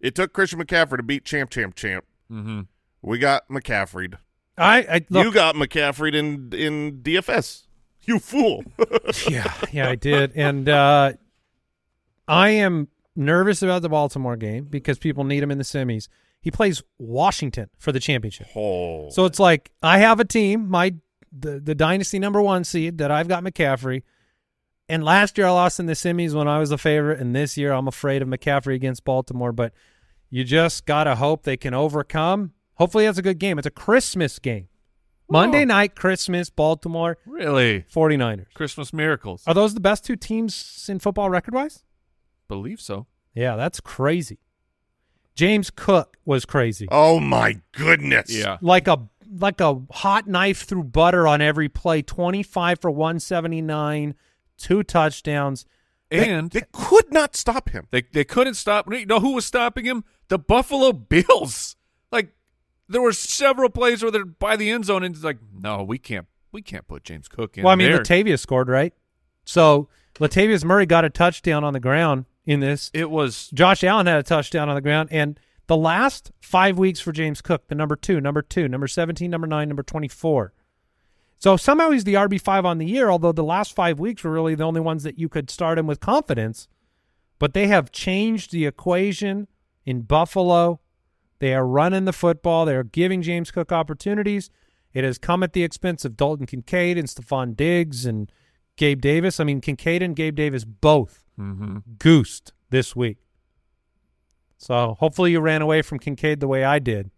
Speaker 4: it took Christian McCaffrey to beat champ, champ, champ.
Speaker 3: Mm-hmm.
Speaker 4: We got McCaffreyed.
Speaker 1: I, I look,
Speaker 4: You got McCaffrey in in DFS. You <laughs> fool.
Speaker 1: yeah, yeah, I did, and uh, I am nervous about the Baltimore game because people need him in the semis. He plays Washington for the championship,
Speaker 4: oh.
Speaker 1: so it's like I have a team, my the the dynasty number one seed that I've got McCaffrey, and last year I lost in the semis when I was a favorite, and this year I'm afraid of McCaffrey against Baltimore, but you just gotta hope they can overcome. Hopefully, that's a good game. It's a Christmas game. Monday night, Christmas, Baltimore
Speaker 3: Really?
Speaker 1: 49ers.
Speaker 3: Christmas miracles.
Speaker 1: Are those the best two teams in football record wise?
Speaker 3: believe so.
Speaker 1: Yeah, that's crazy. James Cook was crazy.
Speaker 4: oh my goodness.
Speaker 3: Yeah.
Speaker 1: Like a like a hot knife through butter on every play. 25 for 179, two touchdowns.
Speaker 3: And
Speaker 4: They could not stop him.
Speaker 3: They they couldn't stop. You know who was stopping him? The Buffalo <laughs> Bills. Like there were several plays where they're by the end zone, and it's like, no, we can't, we can't put James Cook in.
Speaker 1: well, I mean,
Speaker 3: there.
Speaker 1: Latavius scored, right? So Latavius Murray got a touchdown on the ground in this.
Speaker 3: it was
Speaker 1: Josh Allen had a touchdown on the ground. And the last five weeks for James Cook, the number two, number two, number 17, number nine, number 24. So somehow he's the RB5 on the year, although the last five weeks were really the only ones that you could start him with confidence. But they have changed the equation in Buffalo. They are running the football, they are giving James Cook opportunities. It has come at the expense of Dalton Kincaid and Stephon Diggs and Gabe Davis. I mean, Kincaid and Gabe Davis both goosed this week. So hopefully you ran away from Kincaid the way I did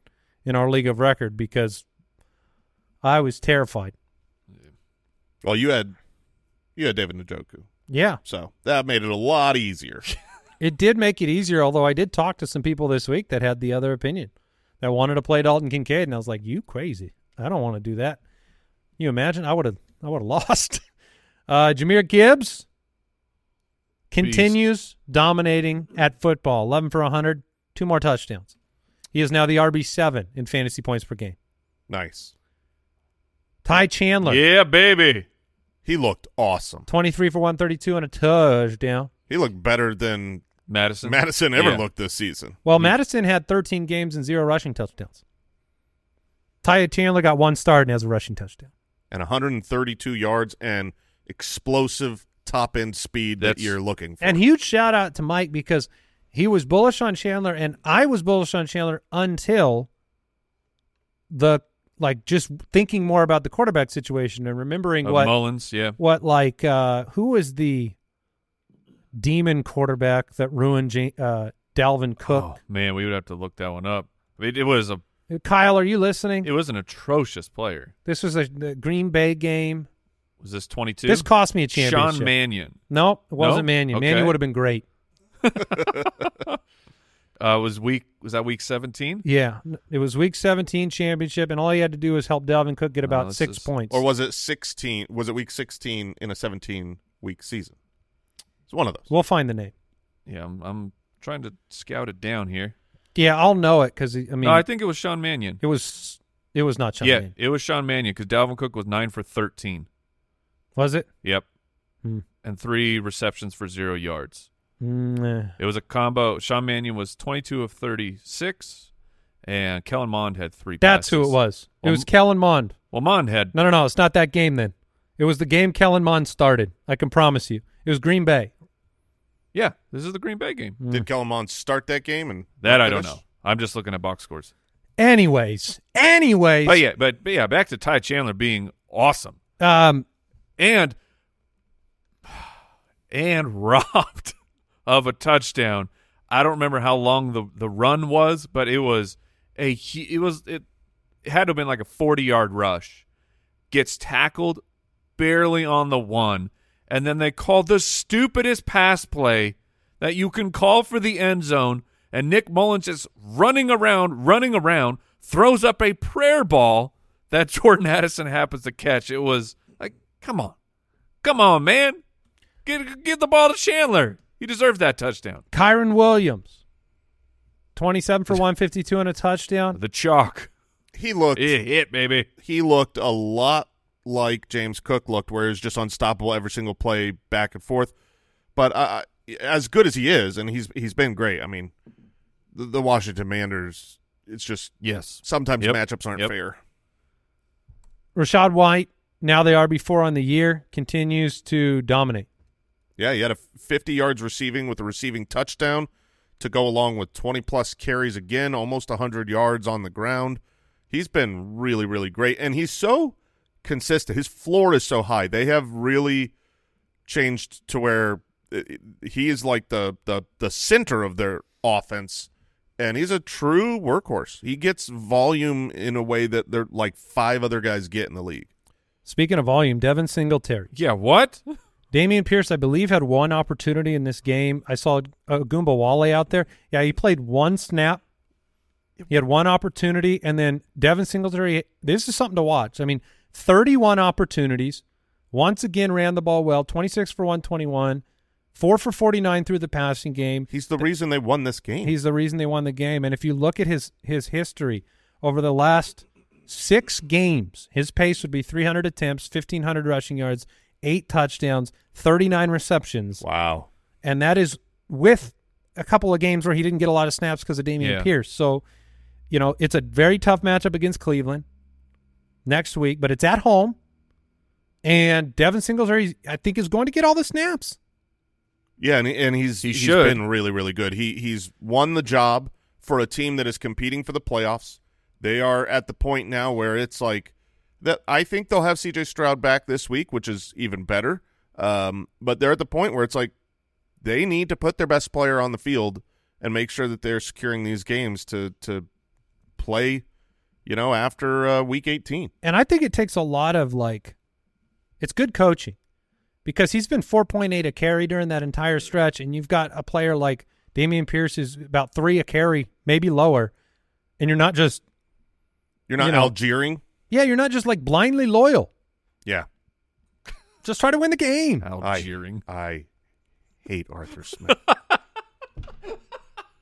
Speaker 1: in our league of record because I was terrified.
Speaker 4: Well, you had you had David Njoku.
Speaker 1: Yeah,
Speaker 4: So that made it a lot <laughs> easier.
Speaker 1: it did make it easier. Although I did talk to some people this week that had the other opinion that wanted to play Dalton Kincaid, and I was like, "You crazy? I don't want to do that." You imagine? I would have. I would have <laughs> lost. Uh, Jameer Gibbs continues dominating at football. Eleven for hundred, two more touchdowns. He is now the RB seven in fantasy points per game.
Speaker 4: nice.
Speaker 1: Ty Chandler.
Speaker 3: yeah, baby.
Speaker 4: He looked awesome.
Speaker 1: 23 for 132 and a touchdown.
Speaker 4: He looked better than
Speaker 3: Madison.
Speaker 4: Madison ever
Speaker 3: Yeah.
Speaker 4: looked this season.
Speaker 1: Well, Madison had 13 games and zero rushing touchdowns. Ty Chandler got one start and has a rushing touchdown.
Speaker 4: And 132 yards and explosive top end speed that
Speaker 3: That's-
Speaker 4: you're looking for.
Speaker 1: And huge shout out to Mike because he was bullish on Chandler and I was bullish on Chandler until the like just thinking more about the quarterback situation and remembering
Speaker 3: Uh,
Speaker 1: what
Speaker 3: Mullins. Yeah.
Speaker 1: what like uh who was the demon quarterback that ruined Ja- uh Dalvin
Speaker 3: Oh
Speaker 1: Cook.
Speaker 3: man, we would have to look that one up. I mean, it was a
Speaker 1: Kyle, are you listening?
Speaker 3: Oh. it was an atrocious player.
Speaker 1: This was a the Green Bay game.
Speaker 3: Was this twenty two?
Speaker 1: This cost me a championship.
Speaker 3: Sean Mannion.
Speaker 1: Nope, it wasn't
Speaker 3: No?
Speaker 1: Mannion. Mannion
Speaker 3: Okay.
Speaker 1: would have been great.
Speaker 3: Uh, was week was that week seventeen?
Speaker 1: Yeah, it was Week 17 championship, and all he had to do was help Dalvin Cook get about
Speaker 3: this
Speaker 1: six
Speaker 3: is-
Speaker 1: points.
Speaker 4: Or was it 16? Was it week 16 in a 17 week season? It's one of those.
Speaker 1: we'll find the name.
Speaker 3: Yeah, I'm, I'm trying to scout it down here.
Speaker 1: Yeah, I'll know it because I mean,
Speaker 3: no, I think it was Sean Mannion.
Speaker 1: it was it was not Sean.
Speaker 3: yeah,
Speaker 1: Mannion.
Speaker 3: it was Sean Mannion because Dalvin Cook was nine for thirteen.
Speaker 1: was it?
Speaker 3: Yep,
Speaker 1: Hmm.
Speaker 3: and three receptions for zero yards.
Speaker 1: Mm, eh.
Speaker 3: It was a combo. Sean Mannion was twenty-two of thirty-six, and Kellen Mond had three.
Speaker 1: That's who it
Speaker 3: passes.
Speaker 1: was. It
Speaker 3: Well,
Speaker 1: was Kellen Mond.
Speaker 3: Well, Mond had
Speaker 1: No, no, no. It's not that game then. It was the game Kellen Mond started. I can promise you. It was Green Bay.
Speaker 3: yeah. This is the Green Bay
Speaker 1: Hmm.
Speaker 3: game.
Speaker 4: Did Kellamon start that game? And
Speaker 3: Hmm. That I don't
Speaker 4: finish?
Speaker 3: know. I'm just looking at box scores.
Speaker 1: Anyways, anyways.
Speaker 3: But Oh, yeah, but, but yeah, back to Ty Chandler being awesome
Speaker 1: Um,
Speaker 3: and and <laughs> robbed of a touchdown. I don't remember how long the the run was, but it was a hu- it was it, it had to have been like a 40 yard rush. Gets tackled barely on the one, and then they call the stupidest pass play that you can call for the end zone. And Nick Mullins just running around, running around, throws up a prayer ball that <laughs> Jordan Addison happens to catch. It was like, come on, come on, man, give give the ball to Chandler. He deserves that touchdown.
Speaker 1: Kyron Williams, twenty-seven for one fifty-two and a touchdown.
Speaker 3: The chalk,
Speaker 4: He looked.
Speaker 3: it hit, baby.
Speaker 4: He looked a lot like James Cook looked, where he was just unstoppable every single play, back and forth. But uh, as good as he is, and he's he's been great. I mean, the, the Washington Manders. It's just
Speaker 3: Yes,
Speaker 4: sometimes
Speaker 3: Yep.
Speaker 4: matchups aren't
Speaker 3: Yep.
Speaker 4: fair.
Speaker 1: Rashad White, now the RB four on the year, continues to dominate.
Speaker 4: Yeah, he had a 50 yards receiving with a receiving touchdown to go along with 20 plus carries again, almost 100 yards on the ground. He's been really, really great, and he's so consistent. His floor is so high. They have really changed to where uh, he is like the the the center of their offense, and he's a true workhorse. He gets volume in a way that they're like five other guys get in the league.
Speaker 1: Speaking of volume, Devin Singletary,
Speaker 3: yeah. <laughs> What?
Speaker 1: Damian Pierce, I believe, had one opportunity in this game. I saw uh, Goomba Wale out there. Yeah, he played one snap. He had one opportunity, and then Devin Singletary. This is something to watch. I mean, 31 opportunities. Once again, ran the ball well. 26 for 121, four for 49 through the passing game.
Speaker 4: He's the reason they won this game.
Speaker 1: He's the reason they won the game. And if you look at his his history over the last six games, his pace would be 300 attempts, 1500 rushing yards, eight touchdowns, 39 receptions,
Speaker 4: wow.
Speaker 1: and that is with a couple of games where he didn't get a lot of snaps because of Damian
Speaker 3: Yeah.
Speaker 1: Pierce. So, you know, it's a very tough matchup against Cleveland next week, but it's at home. And Devin Singletary, I think, is going to get all the snaps.
Speaker 4: Yeah, and, he- and he's
Speaker 3: He
Speaker 4: he's
Speaker 3: should.
Speaker 4: been really really good. He he's won the job for a team that is competing for the playoffs. They are at the point now where it's like that. I think they'll have C.J. Stroud back this week, which is even better. Um, but they're at the point where it's like they need to put their best player on the field and make sure that they're securing these games to to play. You know, after uh, week eighteen,
Speaker 1: and I think it takes a lot of like, it's good coaching because he's been 4.8 a carry during that entire stretch, and you've got a player like Damian Pierce is about three a carry, maybe lower, and you're not just
Speaker 4: you're not
Speaker 1: You know.
Speaker 4: Algiering.
Speaker 1: yeah, you're not just like blindly loyal.
Speaker 4: Yeah,
Speaker 1: Just try to win the game.
Speaker 3: Algiering.
Speaker 4: I hate Arthur Smith.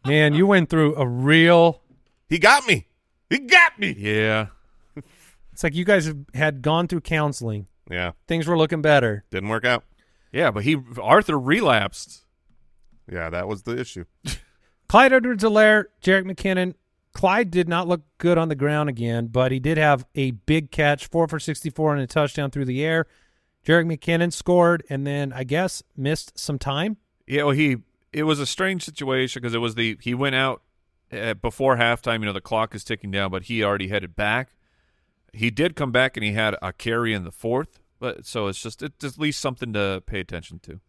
Speaker 1: Man, you went through a real.
Speaker 4: he got me. He got me.
Speaker 3: Yeah.
Speaker 1: It's like you guys have had gone through counseling.
Speaker 4: Yeah.
Speaker 1: Things were looking better.
Speaker 4: Didn't work out.
Speaker 3: Yeah, but he Arthur relapsed.
Speaker 4: Yeah, that was the issue.
Speaker 1: Clyde edwards alaire Jarek McKinnon. Clyde did not look good on the ground again, but he did have a big catch, four for 64 and a touchdown through the air. Jarek McKinnon scored and then, I guess, missed some time.
Speaker 3: Yeah, well, he it was a strange situation because it was the he went out uh, before halftime. You know, the clock is ticking down, but he already headed back. He did come back and he had a carry in the fourth, but so it's just it's at least something to pay attention to.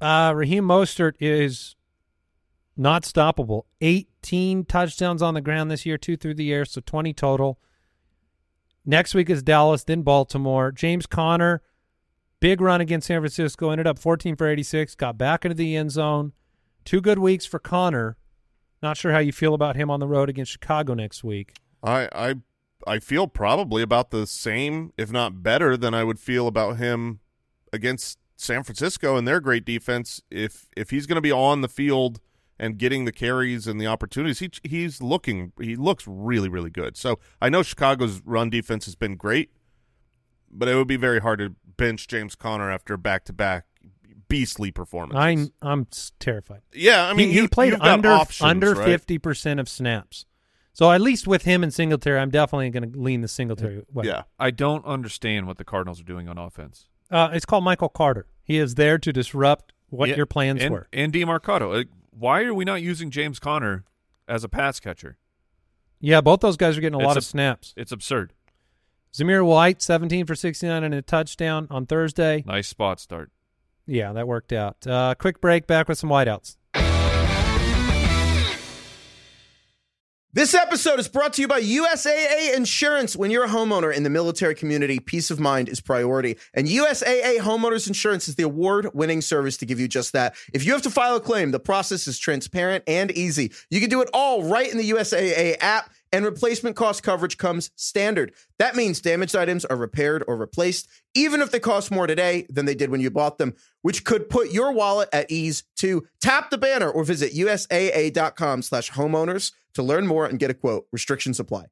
Speaker 1: Uh, Raheem Mostert is not stoppable. 18 touchdowns on the ground this year, two through the air, so 20 total. Next week is Dallas, then Baltimore. James Conner, big run against San Francisco, ended up 14 for 86, got back into the end zone. Two good weeks for Connor, Not sure how you feel about him on the road against Chicago next week.
Speaker 4: I I I feel probably about the same, if not better, than I would feel about him against San Francisco and their great defense. If if he's going to be on the field and getting the carries and the opportunities, he he's looking he looks really really good. So I know Chicago's run defense has been great, but it would be very hard to bench James Conner after back to back beastly performances.
Speaker 1: I'm I'm s- terrified.
Speaker 4: yeah, I mean
Speaker 1: he, he
Speaker 4: you-
Speaker 1: played
Speaker 4: you've got
Speaker 1: under
Speaker 4: options,
Speaker 1: under
Speaker 4: right?
Speaker 1: fifty percent of snaps. So at least with him and Singletary, I'm definitely going to lean the Singletary way.
Speaker 4: Yeah,
Speaker 3: I don't understand what the Cardinals are doing on offense.
Speaker 1: uh, it's called Michael Carter. He is there to disrupt what
Speaker 3: Yeah,
Speaker 1: your plans
Speaker 3: and,
Speaker 1: were.
Speaker 3: And DeMarcado. Like, why are we not using James Conner as a pass catcher?
Speaker 1: Yeah, both those guys are getting a
Speaker 3: It's
Speaker 1: lot
Speaker 3: a-
Speaker 1: of snaps.
Speaker 3: It's absurd.
Speaker 1: Zamir White, 17 for 69 and a touchdown on Thursday.
Speaker 3: Nice spot start.
Speaker 1: Yeah, that worked out. Uh, quick break, back with some whiteouts.
Speaker 6: This episode is brought to you by USAA Insurance. When you're a homeowner in the military community, peace of mind is priority. And USAA Homeowners Insurance is the award winning service to give you just that. If you have to file a claim, the process is transparent and easy. You can do it all right in the USAA app and replacement cost coverage comes standard. That means damaged items are repaired or replaced, even if they cost more today than they did when you bought them, which could put your wallet at ease too. Tap the banner or visit usaa.com slash homeowners to learn more and get a quote. Restrictions apply.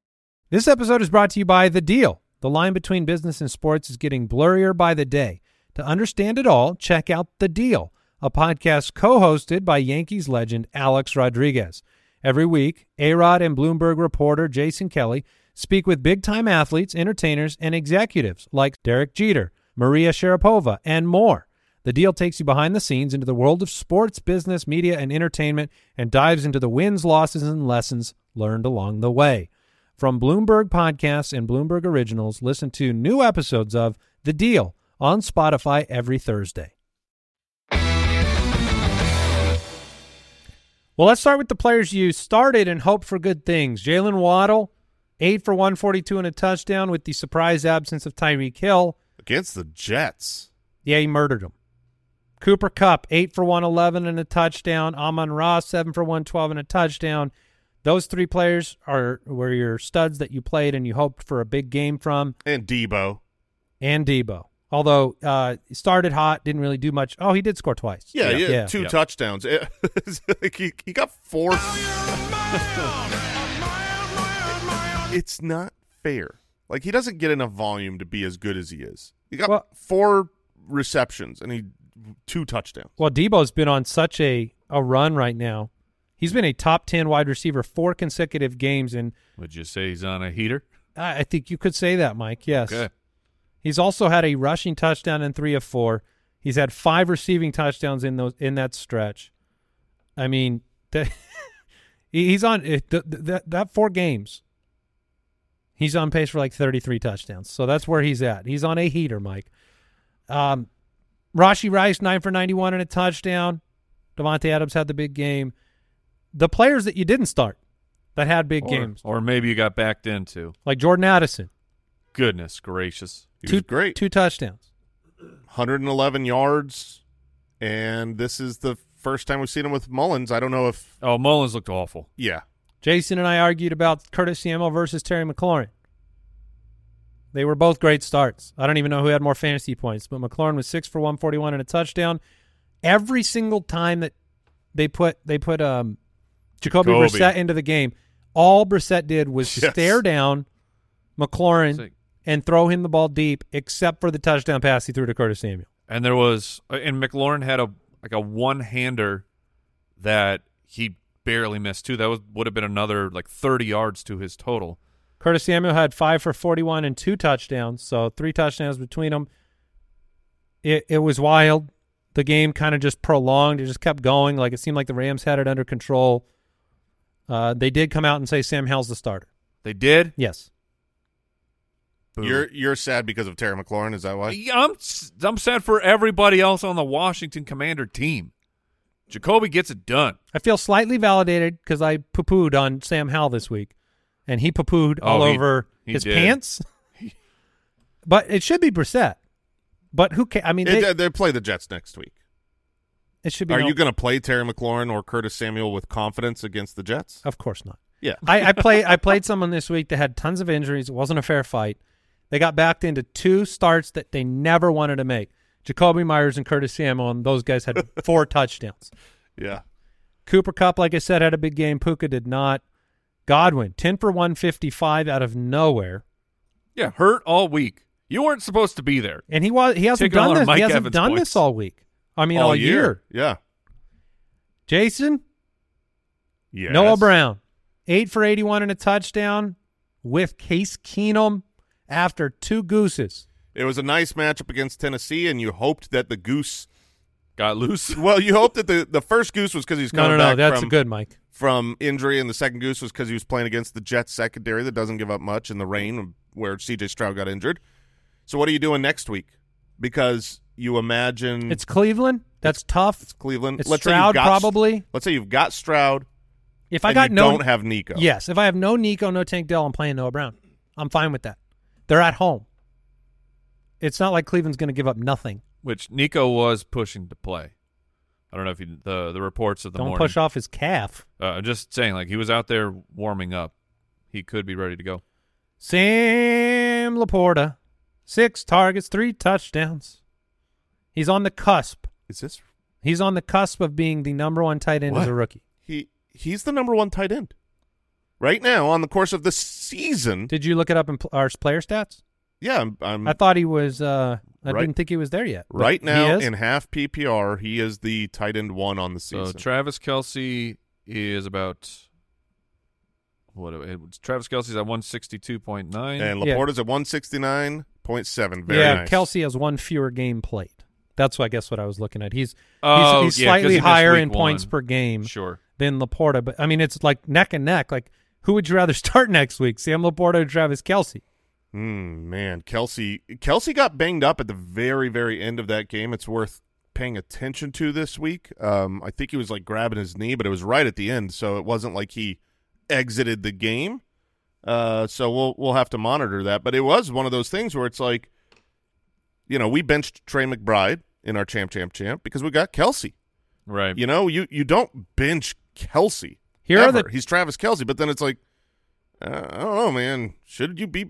Speaker 1: This episode is brought to you by The Deal. The line between business and sports is getting blurrier by the day. To understand it all, check out The Deal, a podcast co hosted by Yankees legend Alex Rodriguez. Every week, A Rod and Bloomberg reporter Jason Kelly speak with big time athletes, entertainers, and executives like Derek Jeter, Maria Sharapova, and more. The deal takes you behind the scenes into the world of sports, business, media, and entertainment and dives into the wins, losses, and lessons learned along the way. From Bloomberg Podcasts and Bloomberg Originals, listen to new episodes of The Deal on Spotify every Thursday. Well, let's start with the players you started and hope for good things. Jalen Waddle, 8 for 142 and a touchdown with the surprise absence of Tyreek Hill.
Speaker 4: against the Jets.
Speaker 1: Yeah, he murdered him. Cooper Cup, 8 for 111 and a touchdown. Amon Ross, 7 for 112 and a touchdown. Those three players are were your studs that you played and you hoped for a big game from.
Speaker 4: and Debo.
Speaker 1: And Debo. Although uh he started hot, didn't really do much. Oh, he did score twice.
Speaker 4: Yeah, yeah,
Speaker 1: Yeah.
Speaker 4: two
Speaker 3: Yeah.
Speaker 4: touchdowns. <laughs> It- it's like he, he got four. it's not fair. Like he doesn't get enough volume to be as good as he is. He got
Speaker 1: Well-
Speaker 4: four receptions and he two touchdowns.
Speaker 1: Well, Debo's been on such a, a run right now. He's been a top 10 wide receiver four consecutive games, and
Speaker 3: Would you say he's on a heater?
Speaker 1: I I think you could say that, Mike. Yes.
Speaker 3: Okay.
Speaker 1: He's also had a rushing touchdown in three of four. He's had five receiving touchdowns in those in that stretch. I mean, <laughs> that, he- he's on it- th- th- that that four games. He's on pace for like thirty three touchdowns. So that's where he's at. He's on a heater, Mike. Um, Rashi Rice nine for ninety one and a touchdown. Devontae Adams had the big game. The players that you didn't start that had big
Speaker 3: or,
Speaker 1: games,
Speaker 3: Or maybe you got backed into.
Speaker 1: like Jordan Addison,
Speaker 3: Goodness gracious.
Speaker 4: He
Speaker 1: two
Speaker 4: was great.
Speaker 1: two touchdowns.
Speaker 4: 111 yards, and this is the first time we've seen him with Mullins. I don't know if
Speaker 3: Oh, Mullins looked awful.
Speaker 4: yeah.
Speaker 1: Jason and I argued about Curtis Samuel versus Terry McLaurin. They were both great starts. I don't even know who had more fantasy points, but McLaurin was six for one forty one and a touchdown. Every single time that they put they put um, Jacoby,
Speaker 4: Jacoby.
Speaker 1: Brissett into the game, all Brissett did was
Speaker 4: Yes.
Speaker 1: stare down McLaurin
Speaker 3: Sick.
Speaker 1: and throw him the ball deep, except for the touchdown pass he threw to Curtis Samuel.
Speaker 3: And there was uh, and McLaurin had a like a one hander that he barely missed too. That was, would have been another like thirty yards to his total.
Speaker 1: Curtis Samuel had five for 41 and two touchdowns, so three touchdowns between them. It it was wild. The game kind of just prolonged. It just kept going. Like it seemed like the Rams had it under control. Uh, they did come out and say Sam Howell's the starter.
Speaker 3: They did.
Speaker 1: Yes,
Speaker 3: Boo.
Speaker 4: You're you're sad because of Terry McLaurin. Is that why?
Speaker 3: Yeah, I'm s- I'm sad for everybody else on the Washington Commander team. Jacoby gets it done.
Speaker 1: I feel slightly validated because I poo pooed on Sam Howell this week, and he poo pooed all
Speaker 3: Oh, he-
Speaker 1: over
Speaker 3: he
Speaker 1: his
Speaker 3: did. <laughs>
Speaker 1: pants. but it should be Brissett. But who ca I mean,
Speaker 4: It-
Speaker 1: they,
Speaker 4: they play the Jets next week.
Speaker 1: It should be.
Speaker 4: Are
Speaker 1: no-
Speaker 4: you going to play Terry McLaurin or Curtis Samuel with confidence against the Jets?
Speaker 1: Of course not.
Speaker 4: Yeah.
Speaker 1: I, I play. I played someone this week that had tons of injuries. It wasn't a fair fight. They got backed into two starts that they never wanted to make. Jacoby Myers and Curtis Samuel, and those guys had four touchdowns.
Speaker 4: Yeah.
Speaker 1: Cooper Cup, like I said, had a big game. Puka did not. Godwin, ten for one fifty five out of nowhere,
Speaker 3: Yeah, hurt all week. You weren't supposed to be there.
Speaker 1: and he was he hasn't
Speaker 3: Taking all
Speaker 1: done
Speaker 3: our
Speaker 1: this.
Speaker 3: Mike
Speaker 1: he hasn't
Speaker 3: Evans
Speaker 1: done
Speaker 3: points.
Speaker 1: this all week. I mean, all,
Speaker 4: Yeah.
Speaker 1: Jason
Speaker 4: Yeah.
Speaker 1: Noah Brown, eight for eighty one and a touchdown with Case Keenum after two gooses.
Speaker 4: It was a nice matchup against Tennessee, and you hoped that the goose.
Speaker 1: <laughs>
Speaker 3: Got loose.
Speaker 4: Well, you hoped that the, the first goose was because he's
Speaker 1: No,
Speaker 4: coming
Speaker 1: no, no.
Speaker 4: back
Speaker 1: That's
Speaker 4: from,
Speaker 1: a good Mike.
Speaker 4: from injury, and the second goose was because he was playing against the Jets secondary that doesn't give up much in the rain where C.J. Stroud got injured. So what are you doing next week? Because you imagine
Speaker 1: Mm. It's Cleveland. That's tough. It's,
Speaker 4: Cleveland. say you've
Speaker 1: Stroud
Speaker 4: got-
Speaker 1: probably.
Speaker 4: Let's say you've got Stroud.
Speaker 1: If I
Speaker 4: and
Speaker 1: got
Speaker 4: you
Speaker 1: no,
Speaker 4: don't have Nico.
Speaker 1: yes. If I have no Nico, no Tank Dell, I'm playing Noah Brown. I'm fine with that. They're at home. It's not like Cleveland's going to give up nothing.
Speaker 3: which Nico was pushing to play. I don't know if you, the the reports of the
Speaker 1: don't
Speaker 3: morning.
Speaker 1: push off his calf.
Speaker 3: Uh, I'm just saying, like he was out there warming up. He could be ready to go.
Speaker 1: Sam Laporta, six targets, three touchdowns. He's on the cusp.
Speaker 4: Is this
Speaker 1: He's on the cusp of being the number one tight end as
Speaker 4: What?
Speaker 1: a rookie.
Speaker 4: he? He's the number one tight end right now on the course of the season.
Speaker 1: Did you look it up in pl- our player stats?
Speaker 4: yeah, I'm, I'm
Speaker 1: I thought he was. Uh, I
Speaker 4: Mm-hmm. Right-
Speaker 1: didn't think he was there yet. but
Speaker 4: right
Speaker 1: he
Speaker 4: now
Speaker 1: is.
Speaker 4: in half PPR. He is the tight end one on the
Speaker 3: So
Speaker 4: season.
Speaker 3: Travis Kelsey is about what it was- Travis Kelsey's at 162.9.
Speaker 4: and
Speaker 1: Yeah.
Speaker 4: Laporta's at one sixty nine point seven. Very
Speaker 1: yeah,
Speaker 4: nice.
Speaker 1: Kelsey has one fewer game played. That's what I guess what I was looking at. He's
Speaker 3: Oh,
Speaker 1: he's, he's
Speaker 3: yeah, 'cause
Speaker 1: slightly
Speaker 3: he missed
Speaker 1: higher
Speaker 3: week
Speaker 1: in points
Speaker 3: one.
Speaker 1: per game
Speaker 3: sure,
Speaker 1: than Laporta, but I mean it's like neck and neck. Like who would you rather <laughs> start next week, Sam Laporta or Travis Kelsey?
Speaker 4: Mm, man, Kelsey. Kelsey got banged up at the very, very end of that game. It's worth paying attention to this week. Um, I think he was like grabbing his knee, but it was right at the end, so it wasn't like he exited the game. Uh, so we'll we'll have to monitor that. But it was one of those things where it's like, you know, we benched Trey McBride in our champ, champ, champ because we got Kelsey.
Speaker 3: right.
Speaker 4: You know, you you don't bench Kelsey.
Speaker 1: Here are
Speaker 4: ever.
Speaker 1: the-
Speaker 4: he's Travis Kelsey, but then it's like, uh, I don't know, man. Should you be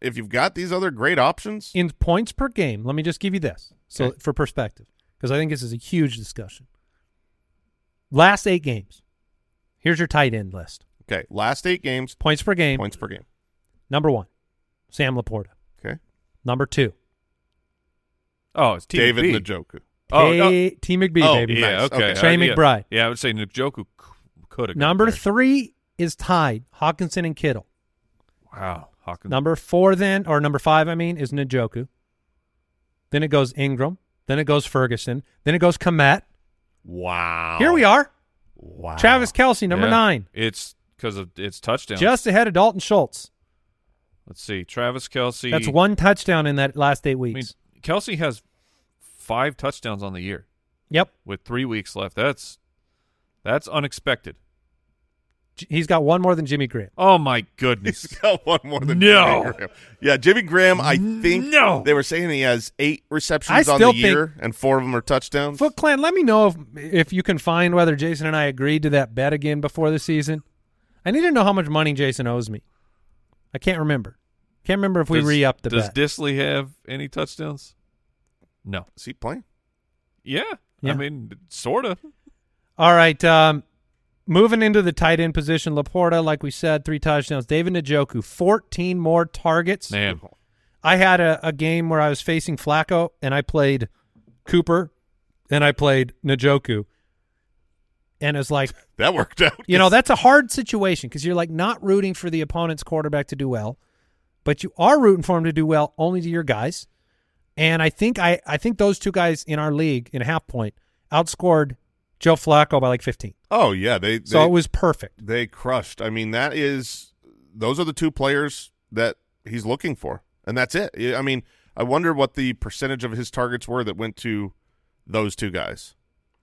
Speaker 4: if you've got these other great options?
Speaker 1: In points per game, let me just give you this. So for perspective, because I think this is a huge discussion. Last eight games. Here's your tight end list.
Speaker 4: Okay, last eight games,
Speaker 1: Points per game.
Speaker 4: points per game.
Speaker 1: Number one, Sam Laporta.
Speaker 4: Okay,
Speaker 1: Number two,
Speaker 3: Oh, it's TB.
Speaker 4: David Njoku. <laughs>
Speaker 3: Oh,
Speaker 1: T-
Speaker 3: no.
Speaker 1: T. McBee,
Speaker 4: Oh,
Speaker 1: baby.
Speaker 3: yeah,
Speaker 4: nice.
Speaker 3: okay.
Speaker 4: Okay.
Speaker 1: Trey
Speaker 3: Uh, yeah.
Speaker 1: McBride.
Speaker 3: Yeah. I would say Njoku could have.
Speaker 1: Number three is tied Hawkinson and Kittle.
Speaker 3: Wow, Hawkins.
Speaker 1: Number four, then, or number five, I mean, is Njoku. Then it goes Ingram. Then it goes Ferguson. Then it goes Komet.
Speaker 4: Wow.
Speaker 1: Here we are.
Speaker 4: Wow.
Speaker 1: Travis Kelsey, number
Speaker 3: Yeah.
Speaker 1: nine,
Speaker 3: It's because of it's touchdowns.
Speaker 1: just ahead of Dalton Schultz.
Speaker 3: let's see. Travis Kelsey.
Speaker 1: That's one touchdown in that last eight
Speaker 3: I mean,
Speaker 1: weeks.
Speaker 3: Kelsey has five touchdowns on the year
Speaker 1: yep.
Speaker 3: with three weeks left. That's that's unexpected.
Speaker 1: J- He's got one more than Jimmy Graham.
Speaker 3: Oh my goodness!
Speaker 4: He's got one more than
Speaker 3: No.
Speaker 4: Jimmy Graham. Yeah, Jimmy Graham. I think
Speaker 3: No.
Speaker 4: they were saying he has eight receptions
Speaker 1: I
Speaker 4: on
Speaker 1: still
Speaker 4: the
Speaker 1: think-
Speaker 4: year, and four of them are touchdowns.
Speaker 1: Foot Clan, let me know if, if you can find whether Jason and I agreed to that bet again before the season. I need to know how much money Jason owes me. I can't remember. Can't remember <laughs> if we
Speaker 3: Does-
Speaker 1: re upped the
Speaker 3: does
Speaker 1: bet.
Speaker 3: Disley have any touchdowns? No.
Speaker 4: Is he playing?
Speaker 3: Yeah,
Speaker 1: Yeah.
Speaker 3: I mean, sorta.
Speaker 1: All right. Um, moving into the tight end position, Laporta, like we said, three touchdowns. David Njoku, 14 more targets.
Speaker 3: Man,
Speaker 1: I had a, a game where I was facing Flacco, and I played Cooper, and I played Njoku. And it's like,
Speaker 4: That worked out.
Speaker 1: you know, that's a hard situation because you're like not rooting for the opponent's quarterback to do well, but you are rooting for him to do well only to your guys. And I think I, I think those two guys in our league in half point outscored Joe Flacco by like 15.
Speaker 4: Oh yeah, they.
Speaker 1: So
Speaker 4: they-
Speaker 1: it was perfect.
Speaker 4: they crushed. I mean, that is those are the two players that he's looking for, and that's it. I I mean, I wonder what the percentage of his targets were that went to those two guys.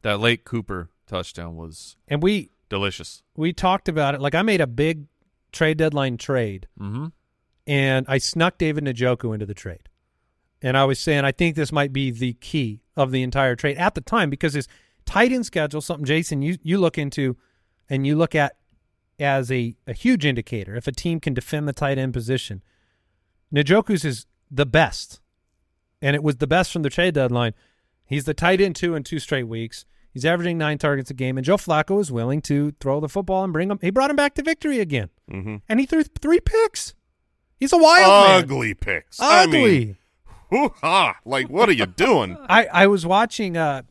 Speaker 3: that late Cooper touchdown was
Speaker 1: And we
Speaker 3: delicious.
Speaker 1: we talked about it. Like I made a big trade deadline trade
Speaker 3: Mm-hmm.
Speaker 1: and I snuck David Njoku into the trade. And I was saying I think this might be the key of the entire trade at the time because his tight end schedule, something Jason you you look into and you look at as a, a huge indicator if a team can defend the tight end position. Njoku's is the best, and it was the best from the trade deadline. He's the tight end two in two straight weeks. He's averaging nine targets a game, and Joe Flacco is willing to throw the football and bring him. He brought him back to victory again,
Speaker 4: Mhm.
Speaker 1: and he threw three picks. He's a wild man.
Speaker 4: Ugly picks.
Speaker 1: Ugly.
Speaker 4: I mean, hoo-ha. Like, what are you doing?
Speaker 1: I, I was watching uh,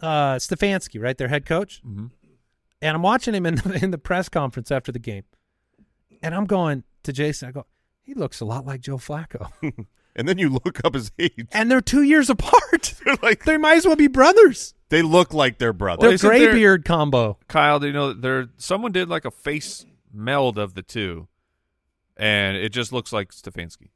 Speaker 1: uh, Stefanski, right, their head coach,
Speaker 4: Mm-hmm.
Speaker 3: Mhm.
Speaker 1: and I'm watching him in the, in the press conference after the game, and I'm going to Jason. I go, he looks a lot like Joe
Speaker 4: <laughs>
Speaker 1: Flacco,
Speaker 4: and then you look up his age.
Speaker 1: and they're two years apart.
Speaker 4: <laughs> They're like
Speaker 1: they might as well be brothers.
Speaker 4: they look like their brother.
Speaker 1: They're
Speaker 3: isn't
Speaker 1: gray
Speaker 3: there-
Speaker 1: beard combo.
Speaker 3: Kyle, do you know that there someone did like a face meld of the two, and it just looks like Stefanski.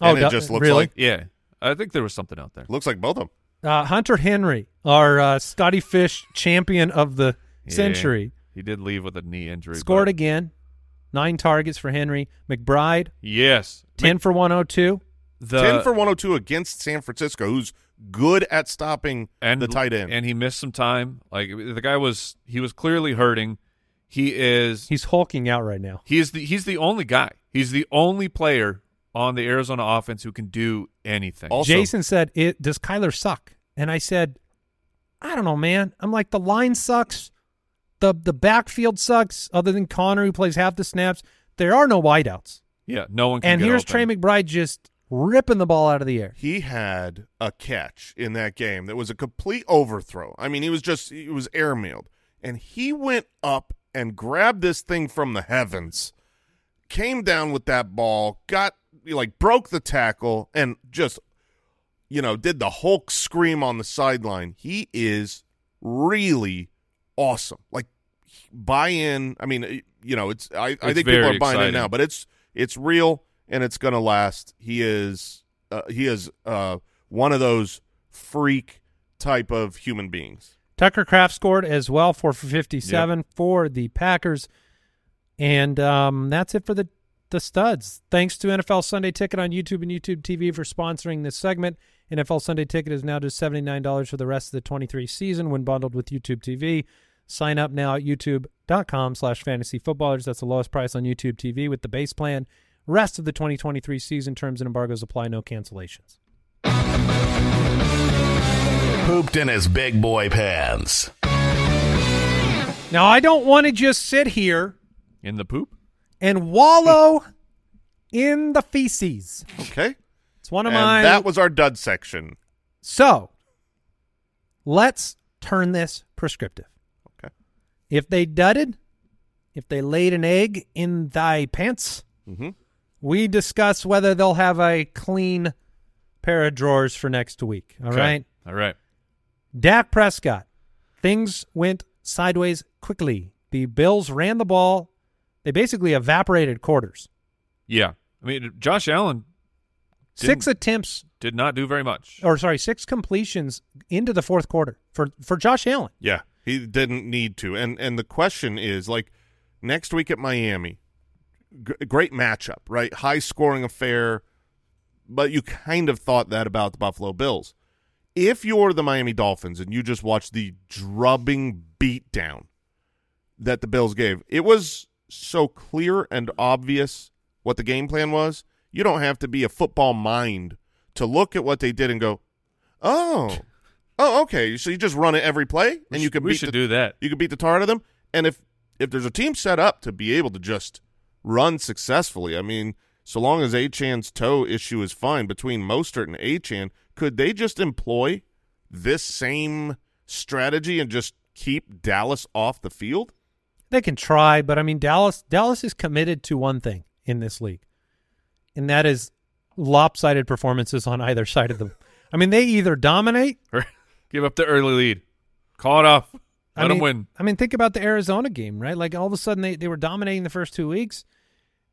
Speaker 4: And
Speaker 1: Oh,
Speaker 4: it
Speaker 1: duh,
Speaker 4: just looks
Speaker 1: really?
Speaker 3: Yeah, I think there was something out there.
Speaker 4: Looks like both of them.
Speaker 1: uh, Hunter Henry, our uh, Scotty Fish champion of the
Speaker 3: Yeah.
Speaker 1: century,
Speaker 3: He did leave with a knee injury.
Speaker 1: scored
Speaker 3: but-
Speaker 1: again. Nine targets for Henry. McBride,
Speaker 3: Yes,
Speaker 1: ten for one hundred two.
Speaker 3: the,
Speaker 4: Ten for one hundred two against San Francisco, who's good at stopping
Speaker 3: and
Speaker 4: the tight end.
Speaker 3: and he missed some time. Like the guy was, he was clearly hurting. He is
Speaker 1: He's hulking out right now.
Speaker 3: He is the he's the only guy. He's the only player on the Arizona offense who can do anything.
Speaker 4: Also-
Speaker 1: Jason said, "It does Kyler suck?" And I said, "I don't know, man. I'm like the line sucks, the the backfield sucks. Other than Connor, who plays half the snaps, there are no wideouts.
Speaker 3: yeah, no one. Can
Speaker 1: And
Speaker 3: get
Speaker 1: here's
Speaker 3: open.
Speaker 1: Trey McBride just ripping the ball out of the air.
Speaker 4: he had a catch in that game that was a complete overthrow. I mean, he was just it was airmailed, and he went up and grabbed this thing from the heavens, came down with that ball, got like broke the tackle, and just you know did the Hulk scream on the sideline. He is really awesome. Like buy in. I mean, you know, it's I, I
Speaker 3: It's
Speaker 4: think people
Speaker 3: very
Speaker 4: are buying in
Speaker 3: exciting.
Speaker 4: now, but it's it's real and it's gonna last. He is uh, he is uh, one of those freak type of human beings.
Speaker 1: Tucker Kraft scored as well, four for fifty-seven for the Packers, and um, that's it for the the studs. Thanks to NFL Sunday Ticket on YouTube and YouTube TV for sponsoring this segment. NFL Sunday Ticket is now just seventy-nine dollars for the rest of the twenty-three season when bundled with YouTube TV. Sign up now at youtube.com/slash fantasy footballers. That's the lowest price on YouTube TV with the base plan. Rest of the 2023 season terms and embargoes apply. No cancellations.
Speaker 2: Pooped in his big boy pants.
Speaker 1: Now I don't want to just sit here
Speaker 3: in the poop.
Speaker 1: and wallow in the feces.
Speaker 4: Okay,
Speaker 1: It's one of
Speaker 4: and
Speaker 1: my
Speaker 4: that was our dud section.
Speaker 1: so. Let's turn this prescriptive.
Speaker 4: Okay.
Speaker 1: If they dudded, if they laid an egg in thy pants,
Speaker 4: Mhm.
Speaker 1: we discuss whether they'll have a clean pair of drawers for next week. All right.
Speaker 3: Okay. all right.
Speaker 1: Dak Prescott, things went sideways quickly. The Bills ran the ball. They basically evaporated quarters.
Speaker 3: Yeah, I mean Josh Allen
Speaker 1: Six
Speaker 3: Didn't-
Speaker 1: attempts
Speaker 3: did not do very much.
Speaker 1: or sorry, six completions into the fourth quarter for for Josh Allen.
Speaker 4: Yeah, he didn't need to. And and the question is like next week at Miami, g- great matchup, right? High scoring affair, but you kind of thought that about the Buffalo Bills. If you're the Miami Dolphins and you just watched the drubbing beatdown that the Bills gave, it was so clear and obvious what the game plan was. You don't have to be a football mind to look at what they did and go, "Oh, oh, okay." So you just run it every play,
Speaker 3: We
Speaker 4: and
Speaker 3: sh-
Speaker 4: you can
Speaker 3: we
Speaker 4: beat
Speaker 3: should
Speaker 4: the,
Speaker 3: do that. <laughs>
Speaker 4: you can beat the tar out of them. And if if there's a team set up to be able to just run successfully, I mean, so long as Achan's toe issue is fine between Mostert and Achan, could they just employ this same strategy and just keep Dallas off the field?
Speaker 1: They can try, but I mean Dallas Dallas is committed to one thing in this league, and that is lopsided performances on either side of the. I mean, they either dominate.
Speaker 3: Give up the early lead. Call it off. Let
Speaker 1: I
Speaker 3: him
Speaker 1: mean,
Speaker 3: win.
Speaker 1: I mean, think about the Arizona game, right? Like all of a sudden they, they were dominating the first two weeks.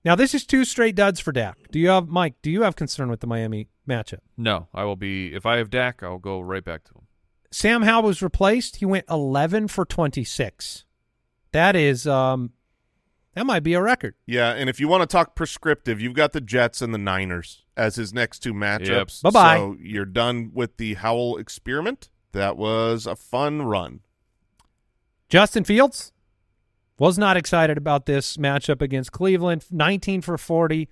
Speaker 1: Now this is two straight duds for Dak. Do you have Mike? Do you have concern with the Miami matchup?
Speaker 3: No, I will be. If I have Dak, I'll go right back to him.
Speaker 1: Sam Howell was replaced. He went 11 for 26. That is um that might be a record.
Speaker 4: Yeah, and if you want to talk prescriptive, you've got the Jets and the Niners as his next two matchups.
Speaker 1: Bye-bye.
Speaker 4: So you're done with the Howell experiment. That was a fun run.
Speaker 1: Justin Fields was not excited about this matchup against Cleveland. 19 for 40,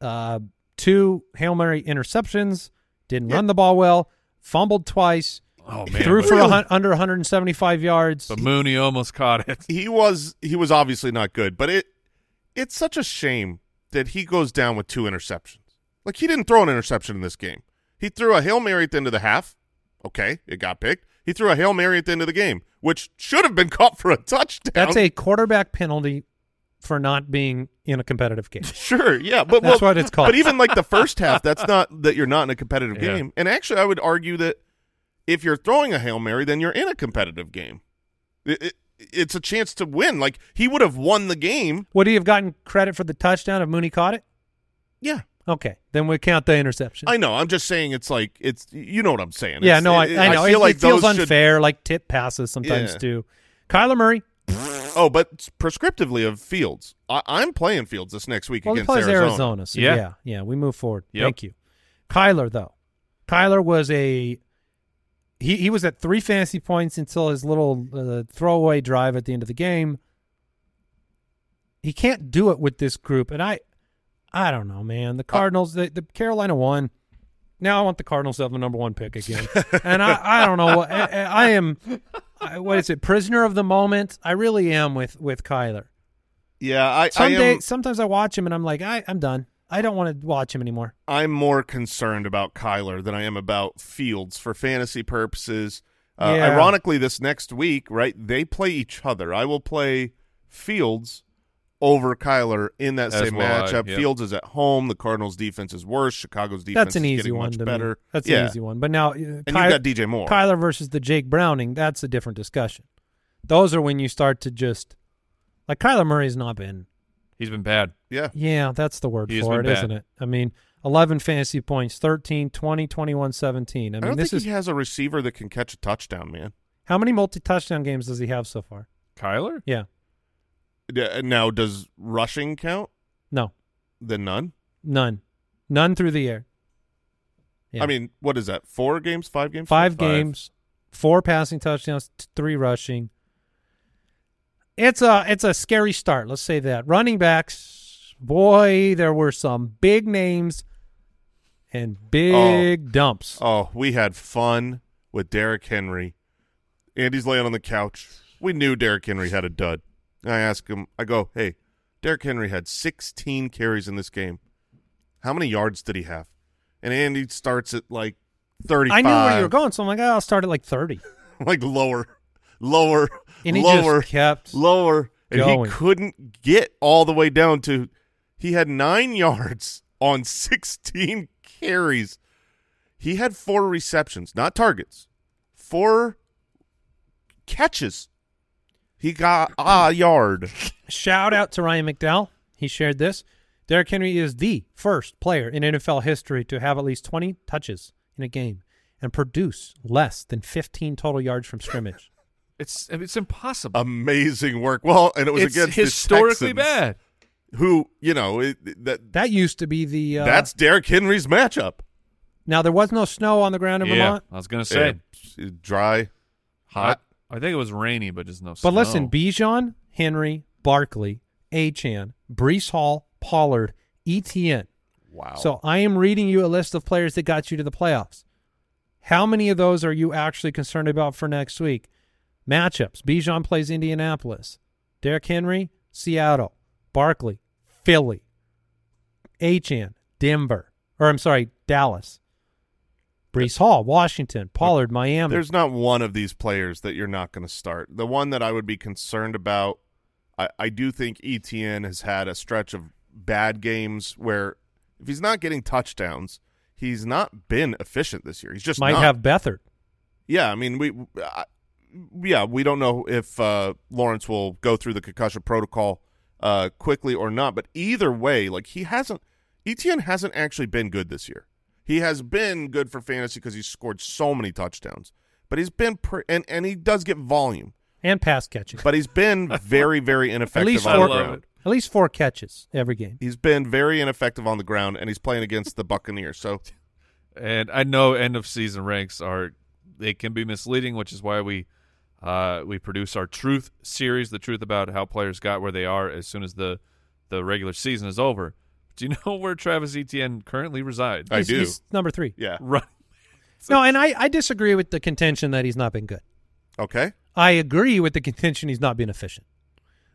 Speaker 1: uh, two Hail Mary interceptions, didn't run the ball well, fumbled twice,
Speaker 3: Oh man,
Speaker 1: threw
Speaker 3: but,
Speaker 1: for a hun- under 175 yards.
Speaker 3: but Mooney almost caught it.
Speaker 4: He was he was obviously not good, but it it's such a shame that he goes down with two interceptions. Like he didn't throw an interception in this game. He threw a hail mary at the end of the half. Okay, it got picked. He threw a hail mary at the end of the game, which should have been <laughs> caught for a touchdown.
Speaker 1: That's a quarterback penalty for not being in a competitive game.
Speaker 4: Sure, yeah, but
Speaker 1: That's
Speaker 4: well,
Speaker 1: what it's called.
Speaker 4: But even like the first half, that's not that you're not in a competitive
Speaker 3: Yeah.
Speaker 4: game. And actually, I would argue that if you're throwing a hail mary, then you're in a competitive game. It, it, it's a chance to win. Like he would have won the game.
Speaker 1: Would he have gotten credit for the touchdown if Mooney caught it?
Speaker 4: Yeah,
Speaker 1: Okay, then we count the interception.
Speaker 4: I know. I'm just saying it's like it's you know what I'm saying.
Speaker 1: yeah,
Speaker 4: It's-
Speaker 1: no, I,
Speaker 4: it-
Speaker 1: I know.
Speaker 4: feel
Speaker 1: it,
Speaker 4: like
Speaker 1: it feels
Speaker 4: those should-
Speaker 1: unfair, like tip passes sometimes
Speaker 4: Yeah.
Speaker 1: do. Kyler Murray,
Speaker 4: oh, but it's prescriptively of Fields, I, I'm playing Fields this next week
Speaker 1: well, he
Speaker 4: against
Speaker 1: plays Arizona.
Speaker 4: Arizona.
Speaker 1: so yeah.
Speaker 3: Yeah.
Speaker 1: yeah, we move forward.
Speaker 3: Yep.
Speaker 1: Thank you. Kyler though, Kyler was a he he was at three fantasy points until his little uh, throwaway drive at the end of the game. He can't do it with this group, and I I don't know, man. The Cardinals, the, the Carolina won. Now I want the Cardinals to have the number one pick again, and I, I don't know. what I, I I am, I, what is it? Prisoner of the moment. I really am with with Kyler.
Speaker 4: Yeah, I, I
Speaker 1: Someday,
Speaker 4: am.
Speaker 1: sometimes I watch him and I'm like, I, I'm done. I don't want to watch him anymore.
Speaker 4: I'm more concerned about Kyler than I am about Fields for fantasy purposes. Uh,
Speaker 1: Yeah.
Speaker 4: Ironically, this next week, right, they play each other. I will play Fields over Kyler in that
Speaker 3: As
Speaker 4: same
Speaker 3: will I,
Speaker 4: matchup.
Speaker 3: yeah.
Speaker 4: Fields is at home. The Cardinals' defense is worse. Chicago's defense
Speaker 1: That's an
Speaker 4: is
Speaker 1: easy
Speaker 4: getting
Speaker 1: one
Speaker 4: much
Speaker 1: to
Speaker 4: better.
Speaker 1: me. That's
Speaker 4: yeah.
Speaker 1: an easy one. But now, uh,
Speaker 4: And
Speaker 1: Ky-
Speaker 4: you've got DJ Moore.
Speaker 1: Kyler versus the Jake Browning. That's a different discussion. Those are when you start to just like Kyler Murray's not been.
Speaker 3: He's been bad.
Speaker 4: yeah.
Speaker 1: Yeah, that's the word
Speaker 3: He has
Speaker 1: for it,
Speaker 3: been bad.
Speaker 1: not it? I mean, 11 fantasy points, 13, 20, 21, 17. I
Speaker 4: I,
Speaker 1: mean,
Speaker 4: don't
Speaker 1: this
Speaker 4: think
Speaker 1: is
Speaker 4: he has a receiver that can catch a touchdown, man.
Speaker 1: how many multi touchdown games does he have so far?
Speaker 3: Kyler?
Speaker 1: Yeah,
Speaker 4: Yeah, uh, Now, does rushing count?
Speaker 1: no,
Speaker 4: Then none.
Speaker 1: none, none through the air. Yeah.
Speaker 4: I mean, what is that? Four games? Five games?
Speaker 1: five games, four passing touchdowns, t- three rushing. It's a it's a scary start. Let's say that running backs, boy, there were some big names and big dumps.
Speaker 4: Oh, we had fun with Derrick Henry. Andy's laying on the couch. We knew Derrick Henry had a dud. I ask him, I go, hey, Derrick Henry had 16 carries in this game. How many yards did he have? And Andy starts at like 35.
Speaker 1: I knew where you were going, so I'm like, oh, I'll start at like 30,
Speaker 4: <laughs> Like lower, lower,
Speaker 1: and he
Speaker 4: lower,
Speaker 1: just kept.
Speaker 4: lower. And
Speaker 1: going.
Speaker 4: he couldn't get all the way down to, he had nine <laughs> yards on 16 carries. He had four receptions, not targets, four catches. He got a yard.
Speaker 1: Shout out to Ryan McDowell. He shared this. Derrick Henry is the first player in NFL history to have at least 20 touches in a game and produce less than 15 total yards from scrimmage.
Speaker 3: It's it's impossible.
Speaker 4: Amazing work. Well, and Um, it was
Speaker 3: it's
Speaker 4: against the
Speaker 3: historically
Speaker 4: Texans,
Speaker 3: bad.
Speaker 4: Who you know it, that
Speaker 1: That used to be the. Uh,
Speaker 4: that's Derrick Henry's matchup.
Speaker 1: now there was no snow on the ground in
Speaker 3: yeah,
Speaker 1: Vermont,
Speaker 3: I was gonna say
Speaker 4: Eh, dry, hot.
Speaker 3: I, I think it was rainy, but just no.
Speaker 1: but listen, Bijan, Henry, Barkley, Achan, Brees Hall, Pollard, E ETN.
Speaker 4: Wow.
Speaker 1: So I am reading you a list of players that got you to the playoffs. How many of those are you actually concerned about for next week? Matchups: Bijan plays Indianapolis, Derrick Henry, Seattle, Barkley, Philly, Achan, Denver, or I'm sorry, Dallas. Brees Hall, Washington, Pollard, Miami.
Speaker 4: There's not one of these players that you're not going to start. The one that I would be concerned about, I, I do think ETN has had a stretch of bad games where if he's not getting touchdowns, he's not been efficient this year. He's just
Speaker 1: might
Speaker 4: not.
Speaker 1: have Bethard.
Speaker 4: Yeah, I mean we, I, yeah, we don't know if uh, Lawrence will go through the concussion protocol uh, quickly or not. But either way, like he hasn't, Etn hasn't actually been good this year. He has been good for fantasy because he's scored so many touchdowns, but he's been pre- and and he does get volume,
Speaker 1: and pass catching.
Speaker 4: but
Speaker 1: <laughs>
Speaker 4: he's been very very ineffective.
Speaker 1: least
Speaker 4: on
Speaker 1: four-
Speaker 4: the
Speaker 1: I love
Speaker 4: ground.
Speaker 3: it.
Speaker 1: At least four catches every game.
Speaker 4: He's been very ineffective on the ground, and he's playing against the Buccaneers. So
Speaker 3: and I know end of season ranks are they can be misleading, which is why we uh, we produce our truth series, the truth about how players got where they are as soon as the the regular season is over. Do you <laughs> know where Travis Etienne currently resides?
Speaker 4: I
Speaker 1: He's-
Speaker 4: do.
Speaker 1: he's number three.
Speaker 4: Yeah.
Speaker 3: Right.
Speaker 1: No, and I, I disagree with the contention that he's not been good.
Speaker 4: Okay.
Speaker 1: I agree with the contention he's not being efficient.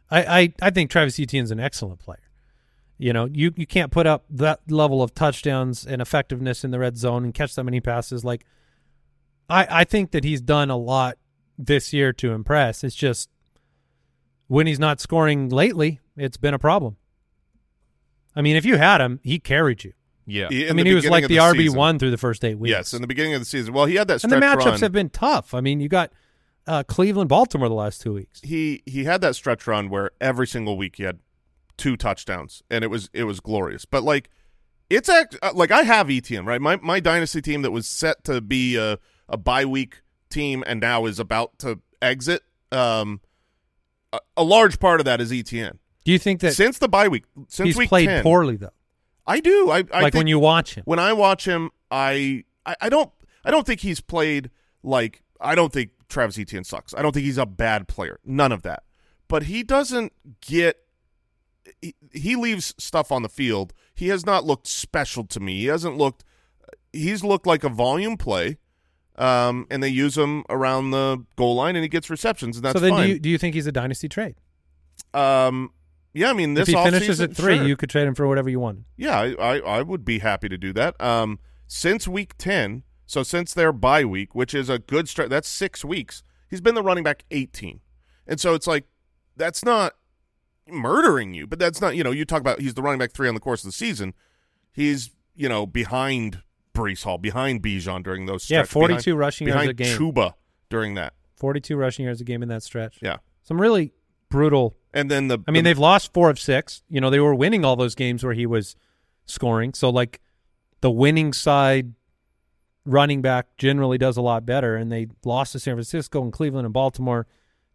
Speaker 1: I, I, I think Travis Etienne's an excellent player. You know, you, you can't put up that level of touchdowns and effectiveness in the red zone and catch that many passes. Like, I, I think that he's done a lot this year to impress. It's just when he's not scoring lately, it's been a problem. I mean, if you had him, he carried you.
Speaker 3: Yeah.
Speaker 4: In
Speaker 1: I mean,
Speaker 4: the
Speaker 1: he was
Speaker 4: beginning
Speaker 1: like
Speaker 4: of
Speaker 1: the, RB
Speaker 4: season.
Speaker 1: one through the first eight weeks.
Speaker 4: Yes, in the beginning of the season. Well, he had that
Speaker 1: and
Speaker 4: stretch
Speaker 1: the matchups
Speaker 4: run.
Speaker 1: have been tough. I mean, you got uh, Cleveland, Baltimore the last two weeks.
Speaker 4: he he had that stretch run where every single week he had two touchdowns, and it was it was glorious. But like it's act, uh, like I have ETN right. My my dynasty team that was set to be a a bye week team and now is about to exit. Um, a, a large part of that is ETN.
Speaker 1: Do you think that
Speaker 4: Since the bye week, since
Speaker 1: he's
Speaker 4: week
Speaker 1: played
Speaker 4: 10,
Speaker 1: poorly though?
Speaker 4: I do. I, I
Speaker 1: like
Speaker 4: think-
Speaker 1: when you watch him,
Speaker 4: when I watch him, I, I I don't I don't think he's played like I don't think Travis Etienne sucks. I don't think he's a bad player. None of that. But he doesn't get he, he leaves stuff on the field. He has not looked special to me. He hasn't looked he's looked like a volume play. Um, and they use him around the goal line, and he gets receptions, and that's
Speaker 1: so then
Speaker 4: fine.
Speaker 1: do you do you think he's a dynasty trade?
Speaker 4: um, yeah, I mean, this
Speaker 1: if he
Speaker 4: offseason,
Speaker 1: finishes at three,
Speaker 4: sure.
Speaker 1: you could trade him for whatever you wanted.
Speaker 4: Yeah, I, I, I would be happy to do that. Um, since week ten, so since their bye week, which is a good start, that's six weeks. He's been the running back eighteen, and so it's like that's not murdering you, but that's not you know you talk about he's the running back three on the course of the season. He's you know behind Brees Hall, behind Bijan during those
Speaker 1: Yeah,
Speaker 4: stretch,
Speaker 1: 42
Speaker 4: behind-
Speaker 1: rushing yards
Speaker 4: behind
Speaker 1: a game.
Speaker 4: Chuba during that.
Speaker 1: Forty-two rushing yards a game in that stretch.
Speaker 4: Yeah,
Speaker 1: Some really brutal.
Speaker 4: and then the
Speaker 1: I mean,
Speaker 4: the-
Speaker 1: they've lost four of six. You know, they were winning all those games where he was scoring. So like, the winning side running back generally does a lot better. And they lost to San Francisco and Cleveland and Baltimore.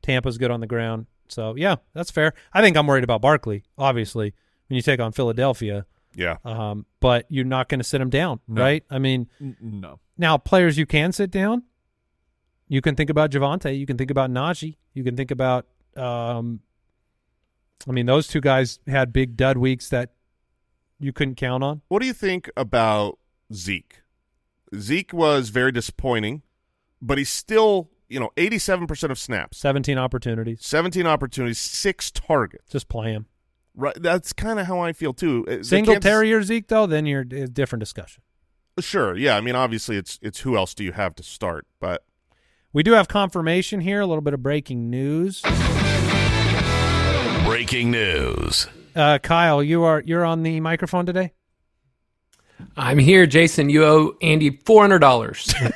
Speaker 1: Tampa's good on the ground. So yeah, that's fair. I think I'm worried about Barkley. Obviously, when you take on Philadelphia.
Speaker 4: yeah
Speaker 1: um, but you're not going to sit him down,
Speaker 3: No.
Speaker 1: right? I mean,
Speaker 3: N- No.
Speaker 1: now players you can sit down. You can think about Javante. You can think about Najee. You can think about. Um, I mean, those two guys had big dud weeks that you couldn't count on.
Speaker 4: What do you think about Zeke? Zeke was very disappointing, but he's still, you know, 87% of snaps,
Speaker 1: Seventeen opportunities.
Speaker 4: 17 opportunities, six targets.
Speaker 1: Just play him.
Speaker 4: Right, that's kind of how I feel too. Uh, the
Speaker 1: Singletary or Zeke, though, then you're a different discussion.
Speaker 4: Kansas- sure, yeah. I mean, obviously, it's it's who else do you have to start? But
Speaker 1: We do have confirmation here. A little bit of breaking news.
Speaker 2: Breaking news.
Speaker 1: Uh, Kyle, you are you're on the microphone
Speaker 4: <laughs>
Speaker 1: today.
Speaker 7: I'm here, Jason. You owe Andy four hundred dollars.
Speaker 1: <laughs>
Speaker 4: wait,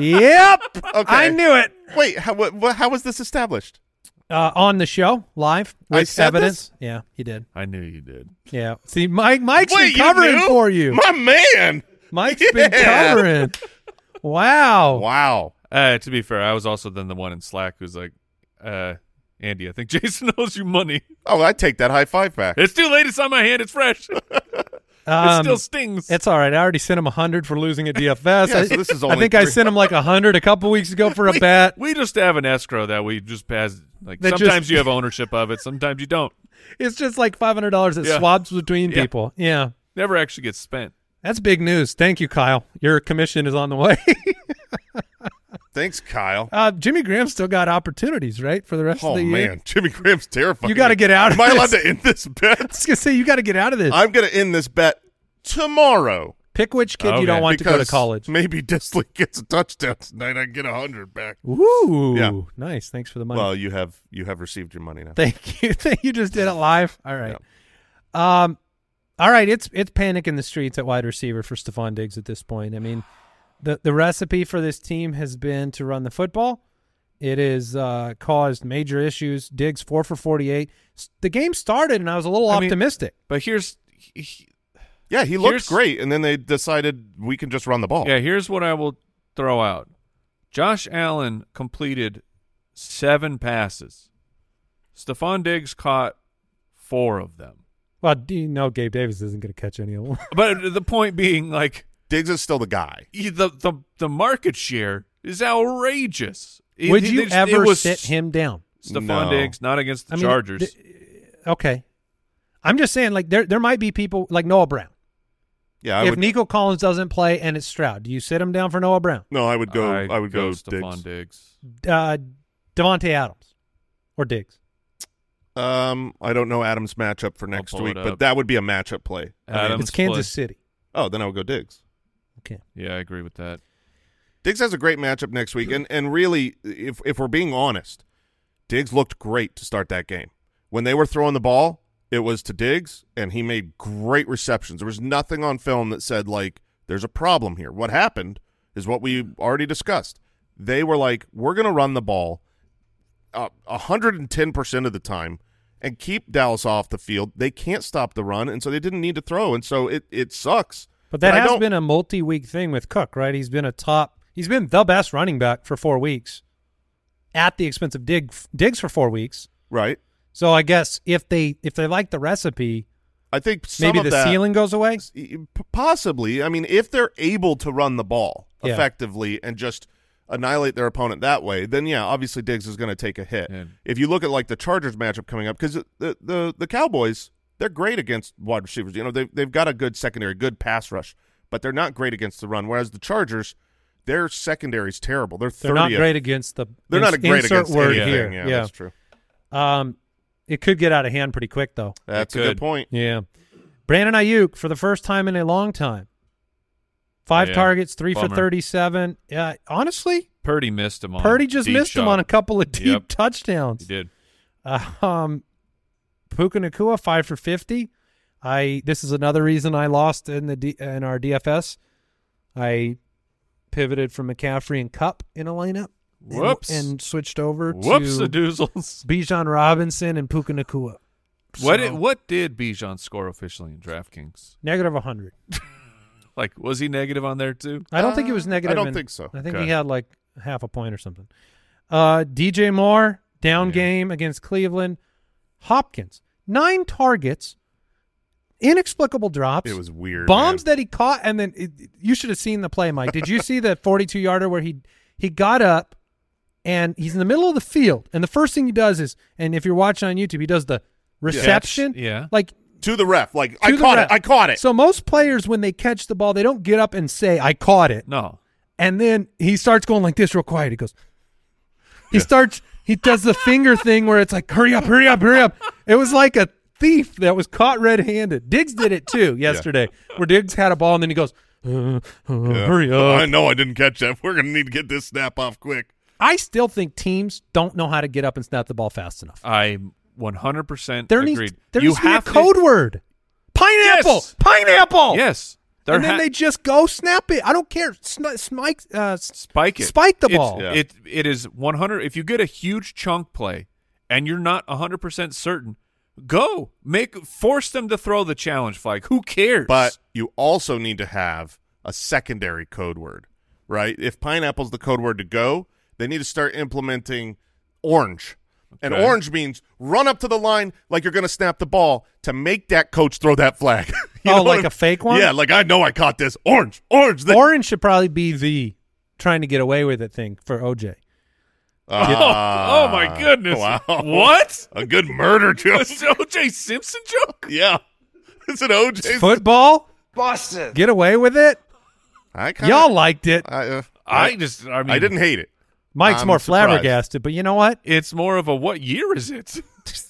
Speaker 1: yep, I
Speaker 4: Okay.
Speaker 1: knew it.
Speaker 4: wait, how what, what, how was this established?
Speaker 1: uh, on the show live
Speaker 4: I
Speaker 1: with
Speaker 4: said
Speaker 1: evidence. Yeah, he did.
Speaker 3: I knew you did.
Speaker 1: Yeah. See, Mike, Mike's
Speaker 4: Wait,
Speaker 1: been covering
Speaker 4: knew?
Speaker 1: for
Speaker 4: <laughs>
Speaker 1: you.
Speaker 4: my man.
Speaker 1: Mike's been
Speaker 4: Yeah.
Speaker 1: covering. Wow.
Speaker 4: Wow.
Speaker 3: Uh, to be fair, I was also then the one in Slack who's like, uh, Andy, I think <laughs> Jason owes you money.
Speaker 4: Oh, I take that high five back.
Speaker 3: It's too late. It's on my hand. It's fresh. <laughs> It
Speaker 1: Um,
Speaker 3: still stings.
Speaker 1: it's all right. I already sent him a hundred for losing
Speaker 4: <laughs>
Speaker 1: at DFS.
Speaker 4: Yeah,
Speaker 1: I,
Speaker 4: so this is
Speaker 1: I
Speaker 4: only
Speaker 1: think I
Speaker 4: three-
Speaker 1: sent him like a hundred a couple weeks ago for a bet.
Speaker 3: We just have an escrow that we just pass. Like
Speaker 1: That
Speaker 3: sometimes
Speaker 1: just-
Speaker 3: you have ownership of it, sometimes you don't.
Speaker 1: It's just like five hundred dollars that
Speaker 3: Yeah.
Speaker 1: swabs between
Speaker 3: Yeah.
Speaker 1: people. Yeah.
Speaker 3: Never actually gets spent.
Speaker 1: That's big news. Thank you, Kyle. Your commission is on the way. <laughs>
Speaker 4: Thanks, Kyle.
Speaker 1: uh, Jimmy Graham still got opportunities, right, for the rest
Speaker 4: Oh
Speaker 1: of the year.
Speaker 4: man, Jimmy Graham's terrifying.
Speaker 1: You gotta get out of
Speaker 4: Am I allowed
Speaker 1: this.
Speaker 4: to end this bet?
Speaker 1: I was gonna say you got to get out of this.
Speaker 4: I'm going to end this bet tomorrow.
Speaker 1: Pick which kid you
Speaker 3: Okay.
Speaker 1: don't want to
Speaker 4: because
Speaker 1: go to college.
Speaker 4: Maybe <laughs> Disley gets a touchdown tonight. I get a hundred back.
Speaker 1: Ooh,
Speaker 4: Yeah.
Speaker 1: nice. Thanks for the money.
Speaker 4: Well, you have you have received your money now.
Speaker 1: <laughs> Thank you. <laughs> you just did it live. All right. Um, all right. It's it's panic in the streets at wide receiver for Stephon Diggs at this point. I mean, the the recipe for this team has been to run the football. It has uh, caused major issues. Diggs four for forty eight. The game started, and I was a little
Speaker 3: I mean-
Speaker 1: optimistic.
Speaker 3: But here's, he- he-
Speaker 4: Yeah, he looked
Speaker 3: Here's-
Speaker 4: great, and then they decided we can just run the ball.
Speaker 3: yeah, here's what I will throw out. Josh Allen completed seven passes. Stephon Diggs caught four of them.
Speaker 1: well, do you know Gabe Davis isn't going to catch any of them?
Speaker 3: But the point being, like,
Speaker 4: Diggs is still the guy.
Speaker 3: He- the the the market share is outrageous. It-
Speaker 1: Would
Speaker 3: it-
Speaker 1: you
Speaker 3: it's- it
Speaker 1: ever
Speaker 3: was
Speaker 1: sit him down?
Speaker 3: Stephon
Speaker 4: No.
Speaker 3: Diggs not against the
Speaker 1: I mean,
Speaker 3: Chargers.
Speaker 1: th- okay. I'm just saying, like there there might be people like Noah Brown.
Speaker 4: Yeah, I
Speaker 1: if
Speaker 4: would.
Speaker 1: Nico Collins doesn't play and it's Stroud, do you sit him down for Noah Brown,
Speaker 4: no, I would go. I,
Speaker 3: I'd
Speaker 4: would go,
Speaker 3: Stephon
Speaker 4: Diggs.
Speaker 3: Diggs.
Speaker 1: uh, Devonte Adams, or Diggs?
Speaker 4: Um, I don't know Adam's matchup for next
Speaker 3: pull
Speaker 4: week,
Speaker 3: it
Speaker 4: but
Speaker 3: up.
Speaker 4: that would be a matchup play. I mean,
Speaker 3: Adams
Speaker 1: it's Kansas
Speaker 3: play.
Speaker 1: City.
Speaker 4: oh, then I would go Diggs.
Speaker 1: Okay.
Speaker 3: Yeah, I agree with that.
Speaker 4: Diggs has a great matchup next week, and and really, if if we're being honest, Diggs looked great to start that game. When they were throwing the ball, it was to Diggs, and he made great receptions. There was nothing on film that said like there's a problem here. What happened is what we already discussed. They were like, we're going to run the ball uh, hundred and ten percent of the time and keep Dallas off the field. They can't stop the run, and so they didn't need to throw, and so it it sucks.
Speaker 1: But that
Speaker 4: I
Speaker 1: has
Speaker 4: don't-
Speaker 1: been a multi-week thing with Cook, right? He's been a top. He's been the best running back for four weeks, at the expense of Dig, Diggs for four weeks.
Speaker 4: right.
Speaker 1: So I guess if they if they like the recipe,
Speaker 4: I think some
Speaker 1: maybe
Speaker 4: of
Speaker 1: the
Speaker 4: that-
Speaker 1: ceiling goes away.
Speaker 4: e, P- possibly. I mean, if they're able to run the ball
Speaker 1: Yeah.
Speaker 4: effectively and just annihilate their opponent that way, then yeah, obviously Diggs is going to take a hit.
Speaker 3: Yeah.
Speaker 4: If you look at like the Chargers matchup coming up, because the, the the Cowboys they're great against wide receivers. You know, they've they've got a good secondary, good pass rush, but they're not great against the run. Whereas the Chargers, their secondary's terrible. They're 30th.
Speaker 1: They're not great against the.
Speaker 4: They're not
Speaker 1: ins-
Speaker 4: great
Speaker 1: insert
Speaker 4: against
Speaker 1: word
Speaker 4: anything.
Speaker 1: here.
Speaker 4: Yeah, that's true.
Speaker 1: Um, it could get out of hand pretty quick though.
Speaker 4: That's a
Speaker 3: could.
Speaker 4: good point.
Speaker 1: Yeah. Brandon Ayuk for the first time in a long time. Five
Speaker 3: Yeah.
Speaker 1: targets, three for
Speaker 3: Bummer.
Speaker 1: 37. Yeah, honestly,
Speaker 3: Purdy missed him. on
Speaker 1: Purdy just
Speaker 3: deep
Speaker 1: missed him
Speaker 3: shot.
Speaker 1: on a couple of deep
Speaker 3: Yep. He
Speaker 1: touchdowns.
Speaker 3: did.
Speaker 1: Um, Puka Nakua five for 50. I this is another reason I lost in the D, in our DFS. I pivoted from McCaffrey and Cup in a lineup. and-
Speaker 3: Whoops.
Speaker 1: And, switched over
Speaker 3: Whoops, the
Speaker 1: to
Speaker 3: doozles.
Speaker 1: Bijan Robinson and Puka Nakua.
Speaker 3: What
Speaker 1: <laughs> So,
Speaker 3: did, what did Bijan score officially in DraftKings?
Speaker 1: negative 100.
Speaker 3: Like, was he negative on there too?
Speaker 1: I don't think it was
Speaker 4: Uh, I
Speaker 1: negative.
Speaker 4: don't
Speaker 1: in-
Speaker 4: think so.
Speaker 1: I think
Speaker 3: Okay.
Speaker 1: he had like half a point or something. Uh, DJ Moore down
Speaker 3: Yeah.
Speaker 1: game against Cleveland. Hopkins nine targets, inexplicable drops.
Speaker 4: It was weird.
Speaker 1: bombs
Speaker 4: man.
Speaker 1: that he caught, and then it, you should have seen the play, Mike. Did you see the <laughs> forty-two yarder where he he got up and he's in the middle of the field, and the first thing he does is, and if you're watching on YouTube, he does the reception.
Speaker 3: Yeah.
Speaker 1: like
Speaker 4: to the ref. Like
Speaker 1: to
Speaker 4: I
Speaker 1: the
Speaker 4: caught
Speaker 1: ref.
Speaker 4: it. I caught it.
Speaker 1: So most players, when they catch the ball, they don't get up and say, "I caught it."
Speaker 3: No.
Speaker 1: And then he starts going like this real quiet. He goes, he starts, he does the finger thing where it's like, hurry up, hurry up, hurry up. It was like a thief that was caught red handed. Diggs did it too yesterday, where Diggs had a ball and then he goes, uh, uh, hurry
Speaker 4: I
Speaker 1: up.
Speaker 4: know I didn't catch that. <laughs> We're gonna need to get this snap off quick.
Speaker 1: I still think teams don't know how to get up and snap the ball fast enough.
Speaker 3: I'm 100%
Speaker 1: There
Speaker 3: agreed.
Speaker 1: needs, there
Speaker 3: you
Speaker 1: needs to be a
Speaker 3: have
Speaker 1: code word pineapple,
Speaker 3: Yes!
Speaker 1: pineapple.
Speaker 3: Yes. There
Speaker 1: And then
Speaker 3: ha-
Speaker 1: they just go snap it. I don't care. Sn- smike, uh, s-
Speaker 3: spike it.
Speaker 1: Spike the
Speaker 3: It's-
Speaker 1: ball.
Speaker 4: Yeah.
Speaker 3: It it is 100 if you get a huge chunk play and you're not 100% certain, go. Make force them to throw the challenge flag. Who cares?
Speaker 4: But you also need to have a secondary code word, right? If pineapple's the code word to go, they need to start implementing orange. And
Speaker 3: Okay.
Speaker 4: orange means run up to the line like you're going to snap the ball to make that coach throw that flag. <laughs> You
Speaker 1: Oh,
Speaker 4: know what
Speaker 1: like
Speaker 4: I'm-
Speaker 1: a fake one?
Speaker 4: Yeah, like I know I caught this. Orange, orange. The-
Speaker 1: Orange should probably be the trying to get away with it thing for OJ.
Speaker 4: Ah,
Speaker 3: <laughs> oh, my goodness.
Speaker 4: Wow. <laughs>
Speaker 3: What?
Speaker 4: <laughs> A good murder joke. <laughs>
Speaker 3: That's an OJ Simpson joke?
Speaker 4: yeah. <laughs> It's an OJ.
Speaker 1: Football,
Speaker 8: Boston.
Speaker 1: get away with it.
Speaker 4: I kinda,
Speaker 1: Y'all liked it.
Speaker 4: I, uh,
Speaker 3: I just I mean
Speaker 4: I didn't hate it.
Speaker 1: Mike's
Speaker 4: I'm
Speaker 1: more
Speaker 4: surprised.
Speaker 1: flabbergasted, but you know what?
Speaker 3: It's more of a what year
Speaker 1: <laughs>
Speaker 3: is it?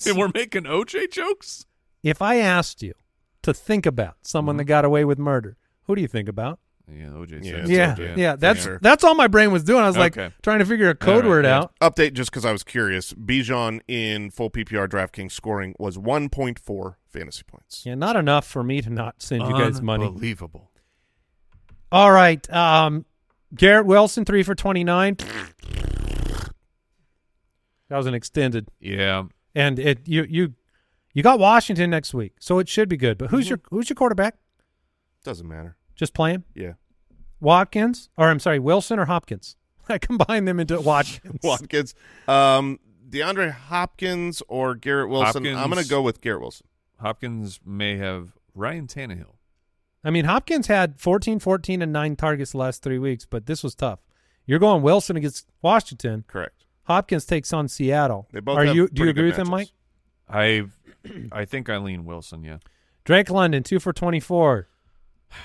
Speaker 3: and we're making OJ jokes?
Speaker 1: If I asked you to think about
Speaker 4: Mm-hmm.
Speaker 1: someone that got away with murder, who do you think about?
Speaker 3: Yeah, OJ
Speaker 4: Yeah,
Speaker 3: Simpson.
Speaker 4: It's
Speaker 1: yeah,
Speaker 4: OJ,
Speaker 1: yeah.
Speaker 4: for
Speaker 1: That's
Speaker 4: sure.
Speaker 1: that's all my brain was doing. I was
Speaker 3: Okay.
Speaker 1: like trying to figure a code
Speaker 3: right,
Speaker 1: word
Speaker 3: yeah.
Speaker 1: out.
Speaker 4: update just because I was curious. Bijan in full PPR DraftKings scoring was 1.4 fantasy points.
Speaker 1: Yeah, not enough for me to not send you guys money.
Speaker 3: Unbelievable.
Speaker 1: All right. Um, Garrett Wilson, three for twenty nine. That was an extended.
Speaker 3: Yeah.
Speaker 1: and it you you you got Washington next week, so it should be good. But
Speaker 4: Mm-hmm.
Speaker 1: who's your who's your quarterback?
Speaker 4: Doesn't matter.
Speaker 1: Just playing <laughs>
Speaker 4: Yeah.
Speaker 1: Watkins, or I'm sorry, Wilson or Hopkins. <laughs> I combine them into Watkins.
Speaker 4: <laughs> Watkins. Um, DeAndre Hopkins or Garrett Wilson. I'm
Speaker 3: Hopkins.
Speaker 4: going to go with Garrett Wilson.
Speaker 3: Hopkins may have Ryan Tannehill.
Speaker 1: I mean, Hopkins had 14, 14, and nine targets the last three weeks, but this was tough. You're going Wilson against Washington.
Speaker 4: Correct.
Speaker 1: Hopkins takes on Seattle.
Speaker 4: They both
Speaker 1: Are
Speaker 4: have
Speaker 1: you? Do you
Speaker 4: pretty
Speaker 1: agree with
Speaker 4: good
Speaker 1: him,
Speaker 4: matchups.
Speaker 1: Mike?
Speaker 3: I <clears throat> I think I lean Wilson. Yeah.
Speaker 1: Drake London, two for 24.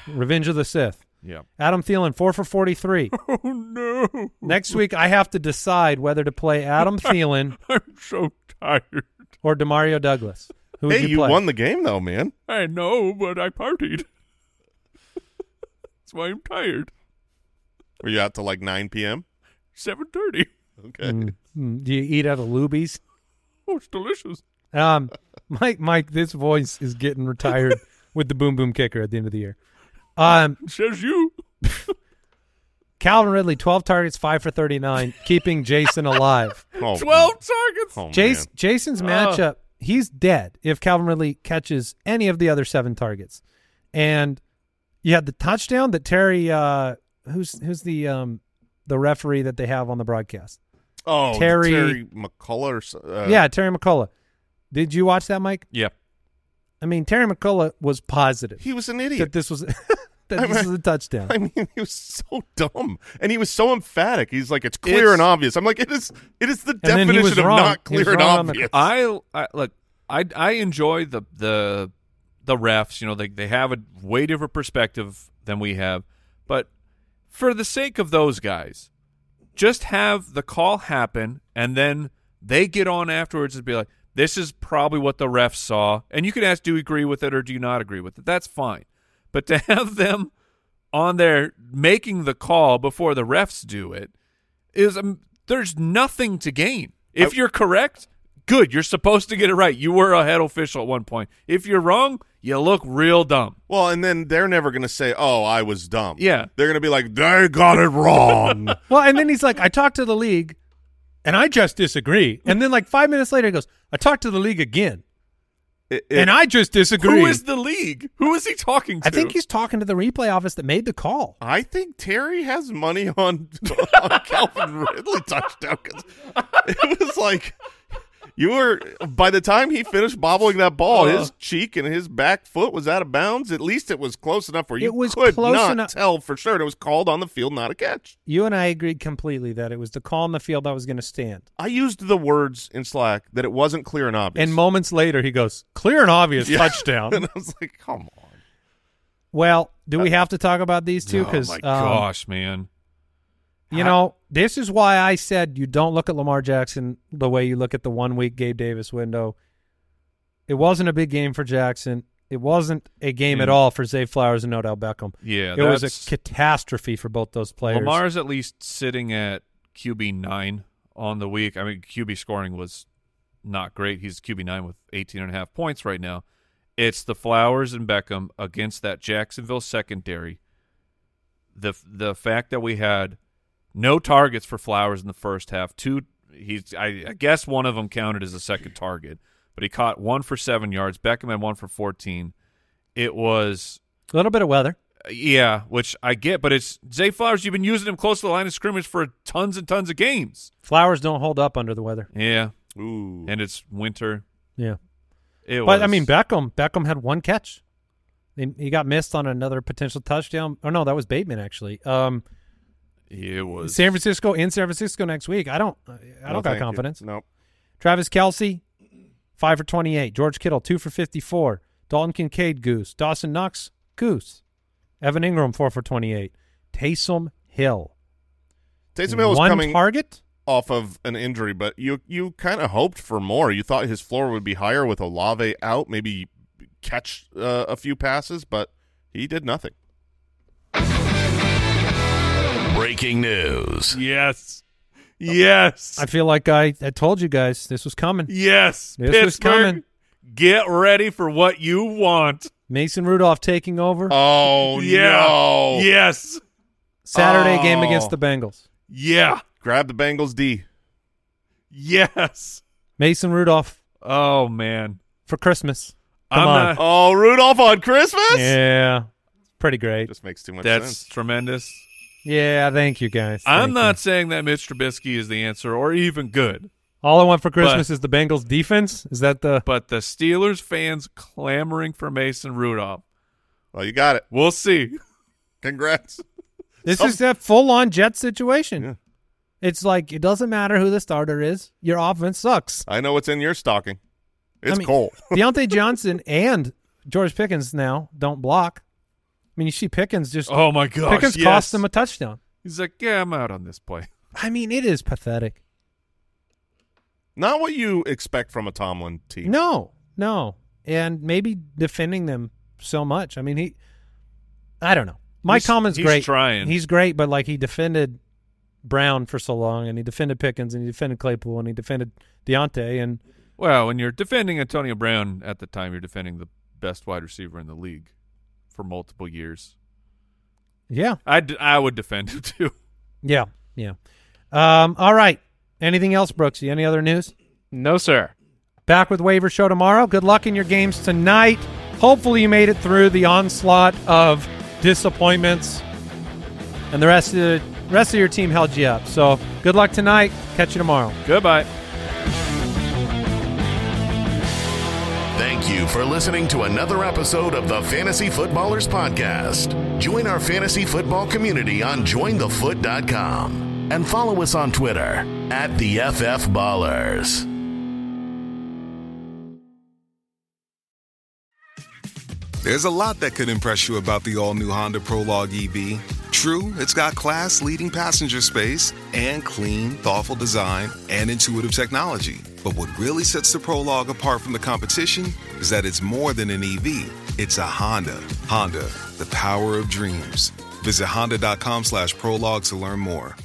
Speaker 1: Revenge of the Sith.
Speaker 3: Yeah.
Speaker 1: Adam Thielen, four for
Speaker 3: <laughs>
Speaker 1: 43. Oh, no. Next week, I have to decide whether to play
Speaker 3: <laughs>
Speaker 1: Adam Thielen
Speaker 3: I'm so tired.
Speaker 1: or Demario Douglas. Who would
Speaker 4: Hey, you
Speaker 1: play?
Speaker 4: won the game though, man.
Speaker 3: I know, but I partied. <laughs> That's why I'm tired.
Speaker 4: Were you out till like 9 p.m.?
Speaker 3: Seven thirty.
Speaker 4: Okay.
Speaker 1: Mm, Do you eat out of Lubies?
Speaker 3: Oh, it's delicious. <laughs>
Speaker 1: Um, Mike, Mike, this voice is getting retired with the boom boom kicker at the end of the year. Um,
Speaker 3: Says you.
Speaker 1: <laughs> Calvin Ridley, 12 targets, 5 for 39, keeping
Speaker 3: <laughs>
Speaker 1: Jason alive.
Speaker 4: Oh,
Speaker 3: Twelve targets.
Speaker 4: Oh,
Speaker 1: Jason,
Speaker 4: man.
Speaker 1: Jason's matchup, he's dead if Calvin Ridley catches any of the other seven targets. And you had the touchdown that Terry, uh, who's who's the um, the referee that they have on the broadcast?
Speaker 4: Oh,
Speaker 1: Terry-
Speaker 4: Terry, McCullough. Or, so- uh,
Speaker 1: yeah, Terry McCullough. Did you watch that, Mike?
Speaker 3: Yeah.
Speaker 1: I mean, Terry McCullough was positive
Speaker 4: he was an
Speaker 1: that
Speaker 4: idiot.
Speaker 1: this was <laughs> that
Speaker 4: I'm-
Speaker 1: this was a touchdown.
Speaker 4: <laughs> I mean, he was so dumb, and he was so emphatic. He's like, "It's clear and
Speaker 3: It's-
Speaker 4: obvious." I'm like, "It is. It is the
Speaker 1: then he
Speaker 4: definition
Speaker 1: was
Speaker 4: of
Speaker 1: wrong.
Speaker 4: not
Speaker 1: He was
Speaker 4: clear and
Speaker 1: wrong on the-
Speaker 4: obvious."
Speaker 3: <laughs> I, I look. I I enjoy the the the refs. You know, they they have a way different perspective than we have. But for the sake of those guys, just have the call happen, and then they get on afterwards and be like, "This is probably what the ref saw." And you can ask, "Do you agree with it or do you not agree with it?" That's fine. But to <laughs> have them on there making the call before the refs do it is um, there's nothing to gain. If you're correct, good. You're supposed to get it right. You were a head official at one point. If you're wrong, you look real dumb.
Speaker 4: well, and then they're never going to say, "Oh, I was dumb."
Speaker 3: Yeah.
Speaker 4: they're going to be like, "They got it wrong." <laughs>
Speaker 1: Well, and then he's like, I talked to the league, and I just disagree. And then like five minutes later, he goes, I talked to the league again,
Speaker 4: It- it-
Speaker 1: and I just disagree.
Speaker 3: Who is the league? Who is he talking to?
Speaker 1: I think he's talking to the replay office that made the call.
Speaker 4: I think Terry has money on, <laughs> on Calvin Ridley touchdown 'cause it was like you were by the time he finished bobbling that ball, his
Speaker 1: Uh-huh.
Speaker 4: cheek and his back foot was out of bounds. At least it was close enough where you
Speaker 1: It was
Speaker 4: could
Speaker 1: close
Speaker 4: not
Speaker 1: enough-
Speaker 4: tell for sure. And it was called on the field, not a catch.
Speaker 1: You and I agreed completely that it was the call in the field that was going to stand.
Speaker 4: I used the words in Slack that it wasn't clear and obvious.
Speaker 1: And moments later, he goes, clear and
Speaker 3: <laughs>
Speaker 1: obvious
Speaker 4: <laughs> Yeah.
Speaker 1: touchdown.
Speaker 4: and I was like, come on.
Speaker 1: well, do we have to talk about these two? Because
Speaker 3: oh my gosh, man.
Speaker 1: you know, this is why I said you don't look at Lamar Jackson the way you look at the one week Gabe Davis window. It wasn't a big game for Jackson. It wasn't a game at
Speaker 3: Yeah.
Speaker 1: all for Zay Flowers and Odell Beckham.
Speaker 3: Yeah,
Speaker 1: it was
Speaker 3: that's-
Speaker 1: a catastrophe for both those players.
Speaker 3: Lamar's at least sitting at QB nine on the week. I mean, QB scoring was not great. He's QB nine with 18 and a half points right now. It's the Flowers and Beckham against that Jacksonville secondary. The the fact that we had no targets for Flowers in the first half. Two, he's I, I guess one of them counted as a second target, but he caught one for seven yards. Beckham had one for 14. It was
Speaker 1: a little bit of weather.
Speaker 3: yeah, which I get, but it's Zay Flowers. You've been using him close to the line of scrimmage for tons and tons of games.
Speaker 1: Flowers don't hold up under the weather.
Speaker 3: Yeah,
Speaker 4: Ooh.
Speaker 3: and it's winter.
Speaker 1: Yeah,
Speaker 3: It
Speaker 1: but
Speaker 3: was,
Speaker 1: I mean Beckham. Beckham had one catch. He, he got missed on another potential touchdown. Oh no, that was Bateman actually. Um,
Speaker 3: it was
Speaker 1: San Francisco in San Francisco next week. I don't. I don't got confidence.
Speaker 4: No.
Speaker 1: Travis Kelsey, five for twenty-eight. George Kittle, two for fifty-four. Dalton Kincaid, goose. Dawson Knox, goose. Evan Ingram, four for twenty-eight. Taysom Hill,
Speaker 4: Taysom Hill was
Speaker 1: one
Speaker 4: coming
Speaker 1: target.
Speaker 4: off of an injury, but you you kind of hoped for more. You thought his floor would be higher with Olave out, maybe catch uh, a few passes, but he did nothing.
Speaker 2: Breaking news.
Speaker 3: yes, yes,
Speaker 1: I feel like I, I told you guys this was coming.
Speaker 3: yes.
Speaker 1: This was
Speaker 3: Pittsburgh,
Speaker 1: coming.
Speaker 3: get ready for what you want.
Speaker 1: Mason Rudolph taking over <laughs>
Speaker 4: Oh
Speaker 3: yeah, yes,
Speaker 1: Saturday
Speaker 4: Oh.
Speaker 1: game against the Bengals.
Speaker 3: yeah,
Speaker 4: Grab the Bengals D.
Speaker 3: yes.
Speaker 1: Mason Rudolph
Speaker 3: Oh man,
Speaker 1: for Christmas.
Speaker 3: I'm
Speaker 1: Come on.
Speaker 3: not-
Speaker 4: Oh, Rudolph on Christmas.
Speaker 1: Yeah, pretty great.
Speaker 4: Just makes too much
Speaker 3: that's
Speaker 4: sense.
Speaker 3: tremendous.
Speaker 1: Yeah, thank you guys. Thank
Speaker 3: I'm not
Speaker 1: you.
Speaker 3: saying that Mitch Trubisky is the answer or even good,
Speaker 1: All I want for Christmas is the Bengals defense. Is that the
Speaker 3: but the Steelers fans clamoring for Mason Rudolph
Speaker 4: Well, you got it.
Speaker 3: We'll see.
Speaker 4: Congrats.
Speaker 1: This
Speaker 4: Some-
Speaker 1: is that full on jet situation.
Speaker 4: Yeah.
Speaker 1: It's like it doesn't matter who the starter is, your offense sucks.
Speaker 4: I know what's in your stocking.
Speaker 1: I
Speaker 4: It's
Speaker 1: mean,
Speaker 4: coal.
Speaker 3: <laughs>
Speaker 1: Deontay Johnson and George Pickens now don't block. I mean, you see Pickens just
Speaker 3: Oh my gosh.
Speaker 1: Pickens
Speaker 3: yes.
Speaker 1: cost them a touchdown.
Speaker 3: He's like, yeah, I'm out on this play.
Speaker 1: I mean, it is pathetic.
Speaker 4: Not what you expect from a Tomlin team.
Speaker 1: No, no, and maybe defending them so much. I mean, he, I don't know. Mike
Speaker 3: He's-
Speaker 1: Tomlin's
Speaker 3: he's
Speaker 1: great.
Speaker 3: trying.
Speaker 1: He's great, but like he defended Brown for so long, and he defended Pickens, and he defended Claypool, and he defended Deontay, and
Speaker 3: Well, when you're defending Antonio Brown at the time, you're defending the best wide receiver in the league for multiple years.
Speaker 1: yeah,
Speaker 3: I, d- I would defend him <laughs> too.
Speaker 1: yeah, yeah. Um, all right. Anything else, Brooksy? Any other news?
Speaker 8: No, sir.
Speaker 1: Back with Waiver Show tomorrow. Good luck in your games tonight. Hopefully, you made it through the onslaught of disappointments, and the rest of the rest of your team held you up. So, good luck tonight. Catch you tomorrow.
Speaker 3: Goodbye.
Speaker 2: Thank you for listening to another episode of the Fantasy Footballers Podcast. Join our fantasy football community on jointhefoot.com and follow us on Twitter at the FF Ballers.
Speaker 9: There's a lot that could impress you about the all new Honda Prologue EV. True, it's got class leading passenger space and clean, thoughtful design and intuitive technology. But what really sets the Prologue apart from the competition is that it's more than an EV, it's a Honda. Honda, the power of dreams. Visit honda.com slash prologue to learn more.